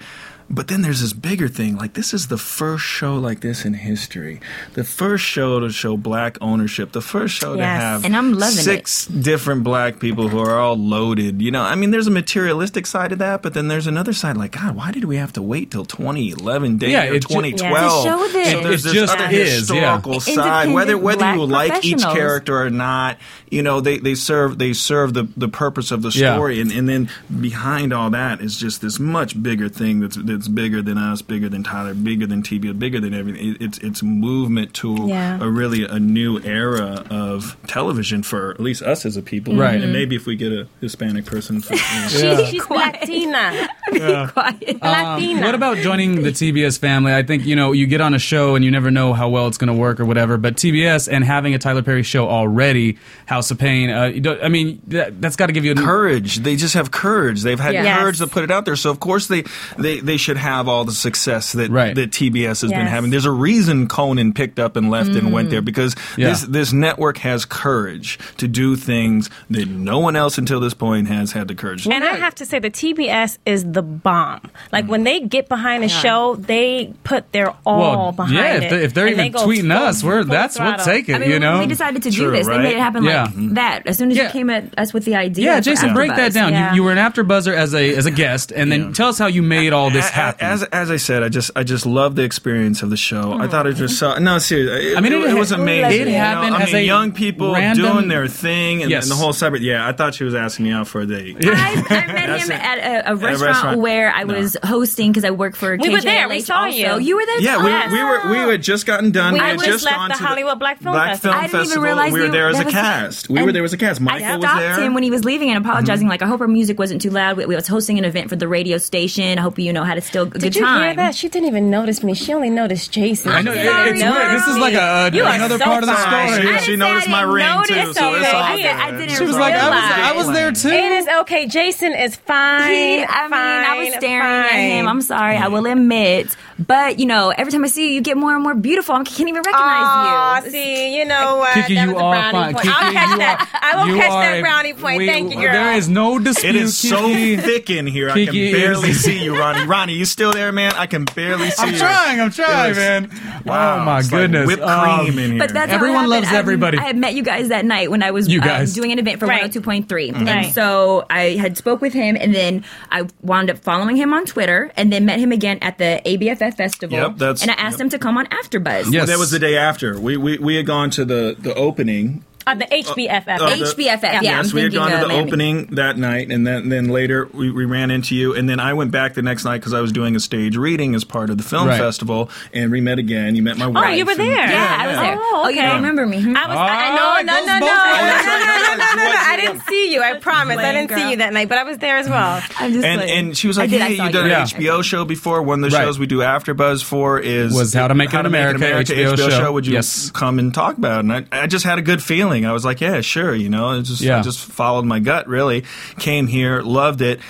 But then there's this bigger thing. Like this is the first show like this in history. The first show to show black ownership. The first show to Yes. have And I'm loving it. six different black people who are all loaded. You know, I mean, there's a materialistic side of that, but then there's another side. Like, God, why did we have to wait till 2011? Day Yeah, or it ju- 2012? To show that- So there's It this just other is, yeah. historical side. Independent Whether whether black you like each professionals. character or not, you know, they, they serve they serve the, the purpose of the Yeah. story. And and then behind all that is just this much bigger thing that's that's bigger than us, bigger than Tyler, bigger than TV, bigger than everything. It, it's it's movement to Yeah. a really a new era of television for at least us as a people. Right. And maybe if we get a Hispanic person for [laughs] She's, she's Latina. uh, Quiet. Latina. What about joining the TBS family? I think you know you get on a show and you never know how well it's going to work or whatever. But TBS and having a Tyler Perry show already, House of Pain. Uh, you don't- I mean, that, that's got to give you a courage. They just have courage. They've had Yes. courage to put it out there. So of course they they, they should have all the success that Right. that TBS has been Yes. having. There's a reason Conan picked up and left and went there because Yeah. this this network has courage to do things that no one else until this point has had the courage. to And I have to say, the TBS is the bomb. Like when they get behind a show, they put their all Well, behind yeah, if it. they- if they're And even they go tweeting full- us, we're- full that's we'll throttle. take it. I mean, you when know? we decided to True, do this, right? Mm-hmm. they made it happen Yeah. like that. As soon as Yeah. you came at us with the idea, Yeah, for Jason, break that AfterBuzz. down. Yeah. You, you were an AfterBuzzer as a as a guest, and then tell us how you made all this A- a- happen. As as I said, I just I just love the experience of the show. I thought it was so no seriously. It, I mean, it it, ha- was amazing. it you know? happened I as mean, a young people random- doing their thing and, Yes. and the whole cyber. Yeah, I thought she was asking me out for a date. I, [laughs] I met him at a, a, restaurant restaurant. where I was hosting because I work for. We were there. We KJLH saw also. you. You were there. Yeah, too? we, we were we had just gotten done. We We had had just just left gone the to Hollywood Black Film Black Festival. Film I didn't even Festival. realize we were you- there as that a was- cast. We were and there as a cast. Michael I was stopped there. Mm-hmm. him when he was leaving and apologizing. Like, I hope our music wasn't too loud. We, we was hosting an event for the radio station. I hope you know how to still good Did you time. hear that? She didn't even notice me. She only noticed Jason. I know it, it's Sorry. weird. This is like a, You are another so part of the sorry. story. She, I she didn't noticed say I my didn't ring too, notice so it's it. all I good. didn't- I didn't It's She was all like, I was, good. I was there too. It is okay. Jason is fine. He- I mean, I was fine, staring fine. at him. I'm sorry. I will admit, but you know, every time I see you, you get more and more beautiful. I can't even recognize Aw, you. see, you know what? Kiki, that you was a are brownie fine. point. Kiki, I'll you catch that. are- I will you catch are- that brownie point. we- Thank you, girl. There is no dispute. It is so Kiki. thick in here. I Kiki can [laughs] barely is- see you, Ronnie. Ronnie, you still there, man? I can barely see I'm you. trying. I'm trying, It was- man. Wow, oh my it's like goodness. whipped Um, cream in here. But that's how it Everyone happened. loves I- everybody. I had met you guys that night when I was You um, guys. doing an event for Right. 102.3. Mm-hmm. Right. And so I had spoke with him, and then I wound up following him on Twitter, and then met him again at the ABFF festival. Yep, that's- and I asked yep. him to come on AfterBuzz. Yes. That was the day after. We we, we had gone to the, the opening Uh, the HBFF. Uh, the- HBFF. Yeah, yes, I'm we had thinking gone to of the Miami. opening that night, and then, then later we, we ran into you, and then I went back the next night because I was doing a stage reading as part of the film Right. festival, and we met again. You met my oh, wife. you were and- there. Yeah, I was there. Oh, Oh, you okay. don't remember me? hmm? I was. I, Ah, no, it no, goes no, no, no, no, no, no, no, both ways. no, no, I didn't see you. I promise. I didn't see girl. you that night, but I was there as well. I'm just And like- and she was I like, did, I "Hey, saw you did you. an Yeah. HBO show before. One of the Right. shows we do after Buzz for is Was How to Make It in America, HBO HBO, show. show. Would you Yes. come and talk about?" It? And I, I just had a good feeling. I was like, "Yeah, sure." You know, I just Yeah. I just followed my gut. Really, came here, loved it.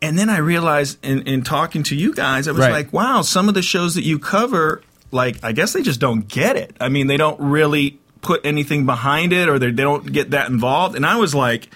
And then I realized in, in talking to you guys, I was Right. like, wow, some of the shows that you cover, like, I guess they just don't get it. I mean, they don't really put anything behind it or they they don't get that involved. And I was like,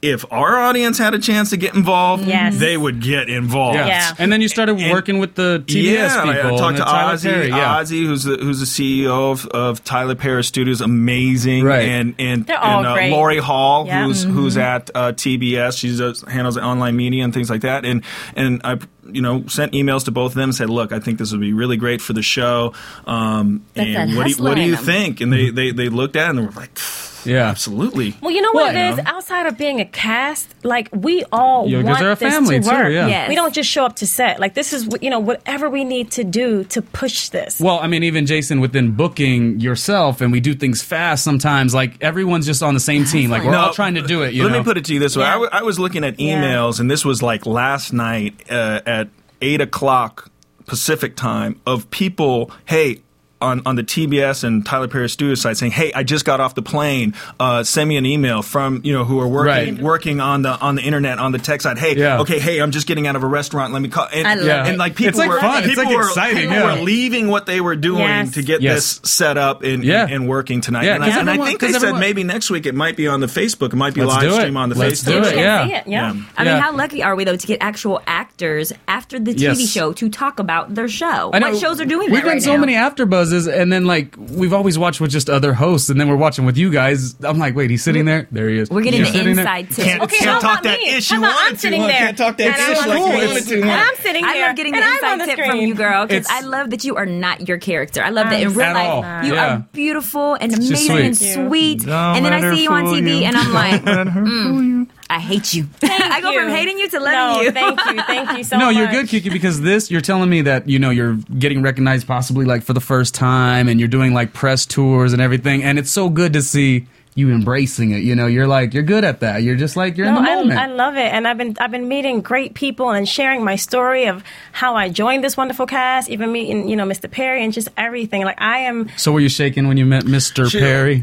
if our audience had a chance to get involved, Yes. they would get involved. Yeah. Yeah. And then you started And- working with the TBS yeah, people. like, I talked and to the Tyler Ozzy, Perry, yeah. Ozzy, who's the who's the CEO of, of Tyler Perry Studios, amazing, Right. And and, They're all and uh, great. Lori Hall, Yeah. Mm-hmm. who's who's at uh, TBS, she does, handles online media and things like that. And and I, you know, sent emails to both of them, and said, look, I think this would be really great for the show. Um, That's and that what do, you, what do hustling. you think? And they, they they looked at it and they were like, Mm-hmm. Yeah. absolutely. Well, you know what, Well, it is? Outside of being a cast, like we all Yeah, 'cause want they're a this family, to too, work. yeah. Yes. We don't just show up to set. Like this is, you know, whatever we need to do to push this. Well, I mean, even Jason, within booking yourself, and we do things fast sometimes. Like everyone's just on the same team. Like we're No, all trying to do it. You let know? me put it to you this way: I, w- I was looking at Yeah. emails, and this was like last night uh, at eight o'clock Pacific time of people. Hey. on, on the TBS and Tyler Perry Studio site saying, "Hey, I just got off the plane. Uh, send me an email from you know who are working Right. working on the on the internet on the tech side. Hey, Yeah. okay, hey, I'm just getting out of a restaurant. Let me call." And, I love Yeah. it. and like people It's like were fun. It's people like were, exciting, people yeah. were leaving what they were doing Yes. to get Yes. this set up and Yeah. and working tonight. Yeah, and I, 'cause and I everyone- think they 'cause said everyone- maybe next week it might be on the Facebook. It might be Let's do live it. stream on the Let's Facebook. do it. can Yeah. see it, yeah. I mean, Yeah. how lucky are we though to get actual actors after the TV Yes. show to talk about their show? I know, What shows are doing We've that done right so now? many after buzzes, and then like we've always watched with just other hosts, and then we're watching with you guys. I'm like, wait, he's sitting there. There he is. We're getting He's the sitting there. inside tip. Can't- Okay, Can't how talk about that me? issue How about wanted I'm to. sitting Well, there. can't talk that and I'm issue on like the you screen. wanted to. And I'm sitting I there. love getting and the I'm on inside the tip screen. from you, girl, because It's- I love that you are not your character. I love that in I'm real At life all. you Yeah. are beautiful and She's amazing sweet. and Thank you. sweet. and then let I her see you on fool TV you. and I'm like, "Mm, I hate you. I go from you. hating you to loving No, you. thank you, [laughs] thank you so no, much. you're good, Kiki, because this you're telling me that you know you're getting recognized possibly like for the first time, and you're doing like press tours and everything, and it's so good to see you embracing it. You know, you're like you're good at that. You're just like you're in No, the moment. I, I love it, and I've been I've been meeting great people and sharing my story of how I joined this wonderful cast, even meeting you know Mr. Perry and just everything. Like I am so were you shaking when you met Mr. Perry?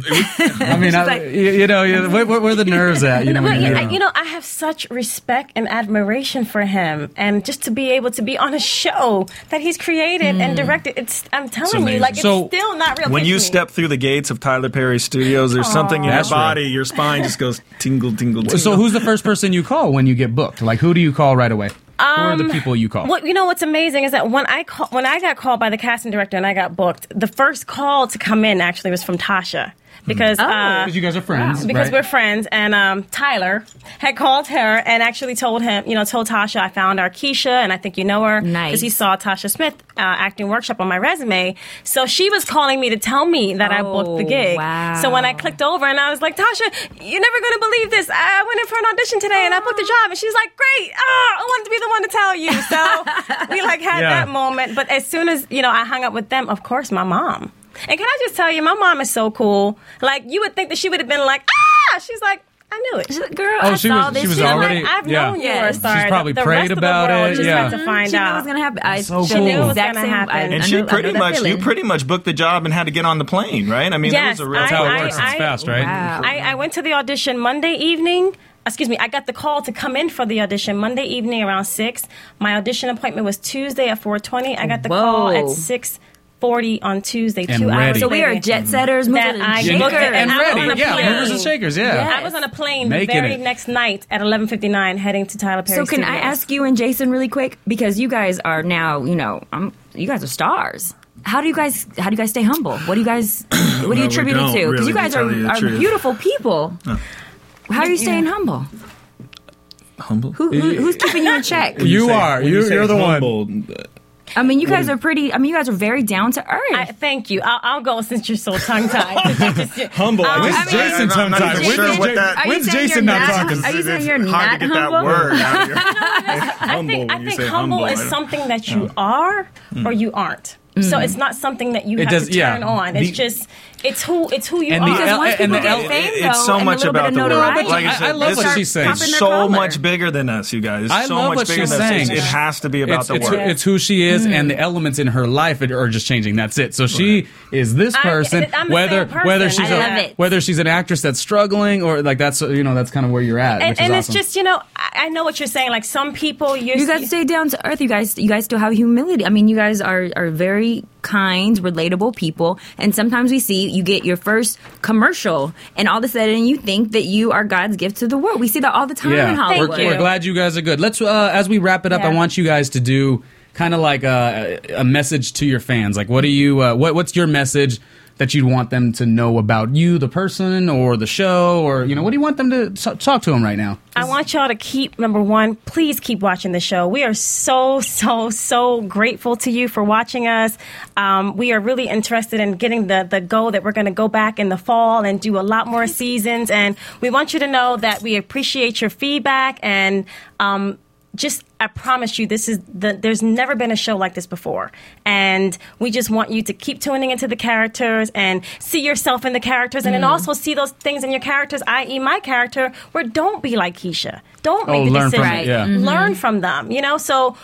I mean, I, like- you, you know, you, where, where, where the nerves at? You know, [laughs] Well, when you yeah, meet I- him? you know, I have such respect and admiration for him, and just to be able to be on a show that he's created and directed, it's I'm telling you, amazing. like So, it's still not real. When to you me. step through the gates of Tyler Perry Studios, there's something in your That's right. body, your spine just goes tingle, tingle, tingle. So who's the first person you call when you get booked? Like who do you call right away? who are the people you call? Um, What you know? What's amazing is that when I call, when I got called by the casting director and I got booked, the first call to come in actually was from Tasha because uh, Because you guys are friends, because right? we're friends, and um, Tyler had called her and actually told him, you know, told Tasha I found our Keisha, and I think you know her Nice. he saw Tasha Smith uh, acting workshop on my resume. So she was calling me to tell me that I booked the Oh, gig. wow. So when I clicked over and I was like, Tasha, you're never going to believe this. I went in for an audition today and I booked a job, and she's like, great. Oh, I wanted to be the one to tell you. So we like had Yeah. that moment. But as soon as you know, I hung up with them. Of course, my mom. And can I just tell you, my mom is so cool. Like you would think that she would have been like, ah, she's like, I knew it. Girl, Oh, I she saw was- this. she was shit. I'm I'm like, already- like, I've yeah. known you Yes. were a She's star. The- probably the prayed rest about of the world it, Just yeah. had to find she out. knew it was gonna happen. So I, she cool. knew She knew it it was was exact gonna same. happen. I, And and I she know- I pretty know that much, you feeling. pretty much booked the job and had to get on the plane, right? I mean, Yes, that was a real I- That's how it works. I- it's fast, right? Wow. I, I went to the audition Monday evening. Excuse me, I got the call to come in for the audition Monday evening around six. My audition appointment was Tuesday at four twenty. I got the call Whoa. at six forty on Tuesday, And two ready. hours. So we are later. jet setters, That moving I and and, booked shaker. it. and I was on ready, a yeah, plane. movers and shakers, yeah. I was on a plane Making the very it. next night at eleven fifty nine, heading to Tyler Perry. So can I Studios. ask you and Jason really quick because you guys are now, you know, i you guys are stars. How do you guys? How do you guys stay humble? What do you [clears throat] guys? What do you we attribute it don't to? really, Because you guys to are, tell you the are truth. beautiful people. How are you staying humble? humble. Who, who, who's keeping you in check? You are. You, are the one. one. I mean, you guys are pretty. I mean, you guys are very down to earth. I, thank you. I'll, I'll go since you're so tongue [laughs] tied. Humble. Um, guess. When's I mean- Jason I'm not sometimes? even When's sure what Ja- that- Are you when's saying Jason you're not not- talking? Are you saying you're It's hard to not get that humble? word out of your I Humble think, when I you think say humble, humble, I is don't- something that you are or you aren't. So it's not something that you Mm. It have does- to turn yeah. on. It's The- just it's who it's who you And the are. ele- because once and people the get ele- fame, It's though, so and a much little about bit of the world. notoriety, Like I I- I said, love this what is- she's saying. popping their so collar. much bigger than us, you guys. It's I so love much what bigger she's than saying. us. It It's- has to be about It's, the it's, who, work. it's who she is, and the Mm. elements in her life are- are just changing. That's it. So she is this I- person, I'm the whether same person. whether she's I a- love it. whether she's an actress that's struggling or like that's you know that's kind of where you're at. and which is and awesome. it's just you know I, I know what you're saying. Like some people you're, You guys stay down to earth. You guys, you guys still have humility. I mean, you guys are are very kind, relatable people. And sometimes we see you get your first commercial, and all of a sudden you think that you are God's gift to the world. We see that all the time in we're, Hollywood. you. we're glad you guys are good. Let's uh, as we wrap it up, I Yeah. want you guys to do kind of like a, a message to your fans. Like, what do you uh, what what's your message that you'd want them to know about you, the person, or the show, or you know, what do you want them to t- talk to them right now? I want y'all to keep number one. Please keep watching the show. We are so so so grateful to you for watching us. Um, we are really interested in getting the the go that we're going to go back in the fall and do a lot more seasons. And we want you to know that we appreciate your feedback and. Um, just I promise you, this is the, there's never been a show like this before, and we just want you to keep tuning into the characters and see yourself in the characters, and then Mm-hmm. also see those things in your characters, i.e., my character, where don't be like Keisha, don't Oh, make a learn from decision, it, yeah. learn from them, you know. So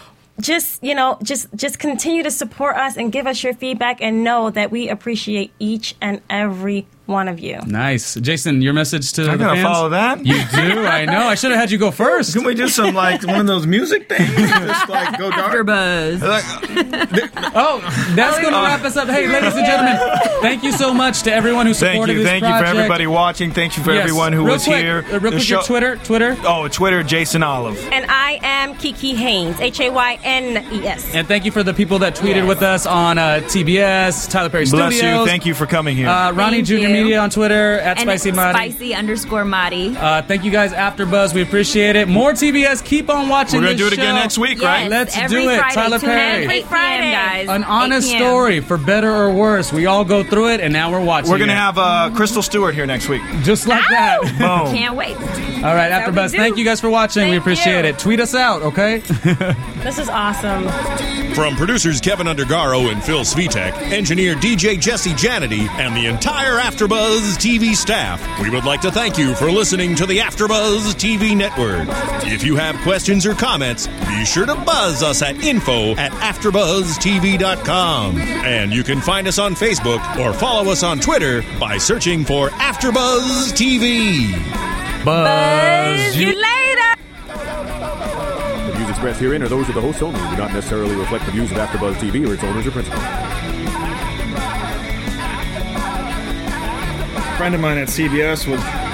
just you know just just continue to support us and give us your feedback and know that we appreciate each and every one of you Nice, Jason. Your message to I'm the gonna fans. follow that. You do. I know. I should have had you go first. Can we do some like one of those music things? Just like go dark. After Buzz. Oh, that's going to wrap us up. Hey, ladies and gentlemen, thank you so much to everyone who Thank supported you. this Thank you project. for everybody watching. Thank you for Yes. everyone who Real was quick, here. uh, The real quick, your show- Twitter, Twitter, Oh, Twitter, Jason Olive. and i am kiki haynes h-a-y-n-e-s and thank you for the people that tweeted with us on uh, TBS, Tyler Perry Bless Studios. you. Thank you for coming here. Uh, Ronnie Thank Junior you. Media on Twitter at and Spicy Money. spicy underscore Madi. Uh, thank you guys, After Buzz. We appreciate it. More TBS. Keep on watching. We're gonna this do it again show. next week, Yes, right? Let's every do it, Friday, Tyler tune in Perry. at 8 p.m., Friday. guys. An 8 honest p.m. story, for better or worse. We all go through it, and now we're watching. We're gonna it. have uh, Crystal Stewart here next week. just like that. Boom. Can't wait. All right, That's After how we Buzz. do. Thank you guys for watching. we Thank appreciate you. it. Tweet us out, okay? this is awesome From producers Kevin Undergaro and Phil Svitek, engineer DJ Jesse Janity, and the entire AfterBuzz TV staff, we would like to thank you for listening to the AfterBuzz TV network. If you have questions or comments, be sure to buzz us at info at AfterBuzzTV.com. And you can find us on Facebook or follow us on Twitter by searching for AfterBuzz TV. Buzz. you later The views expressed herein are those of the hosts only and do not necessarily reflect the views of AfterBuzz TV or its owners or principals. friend of mine at CBS was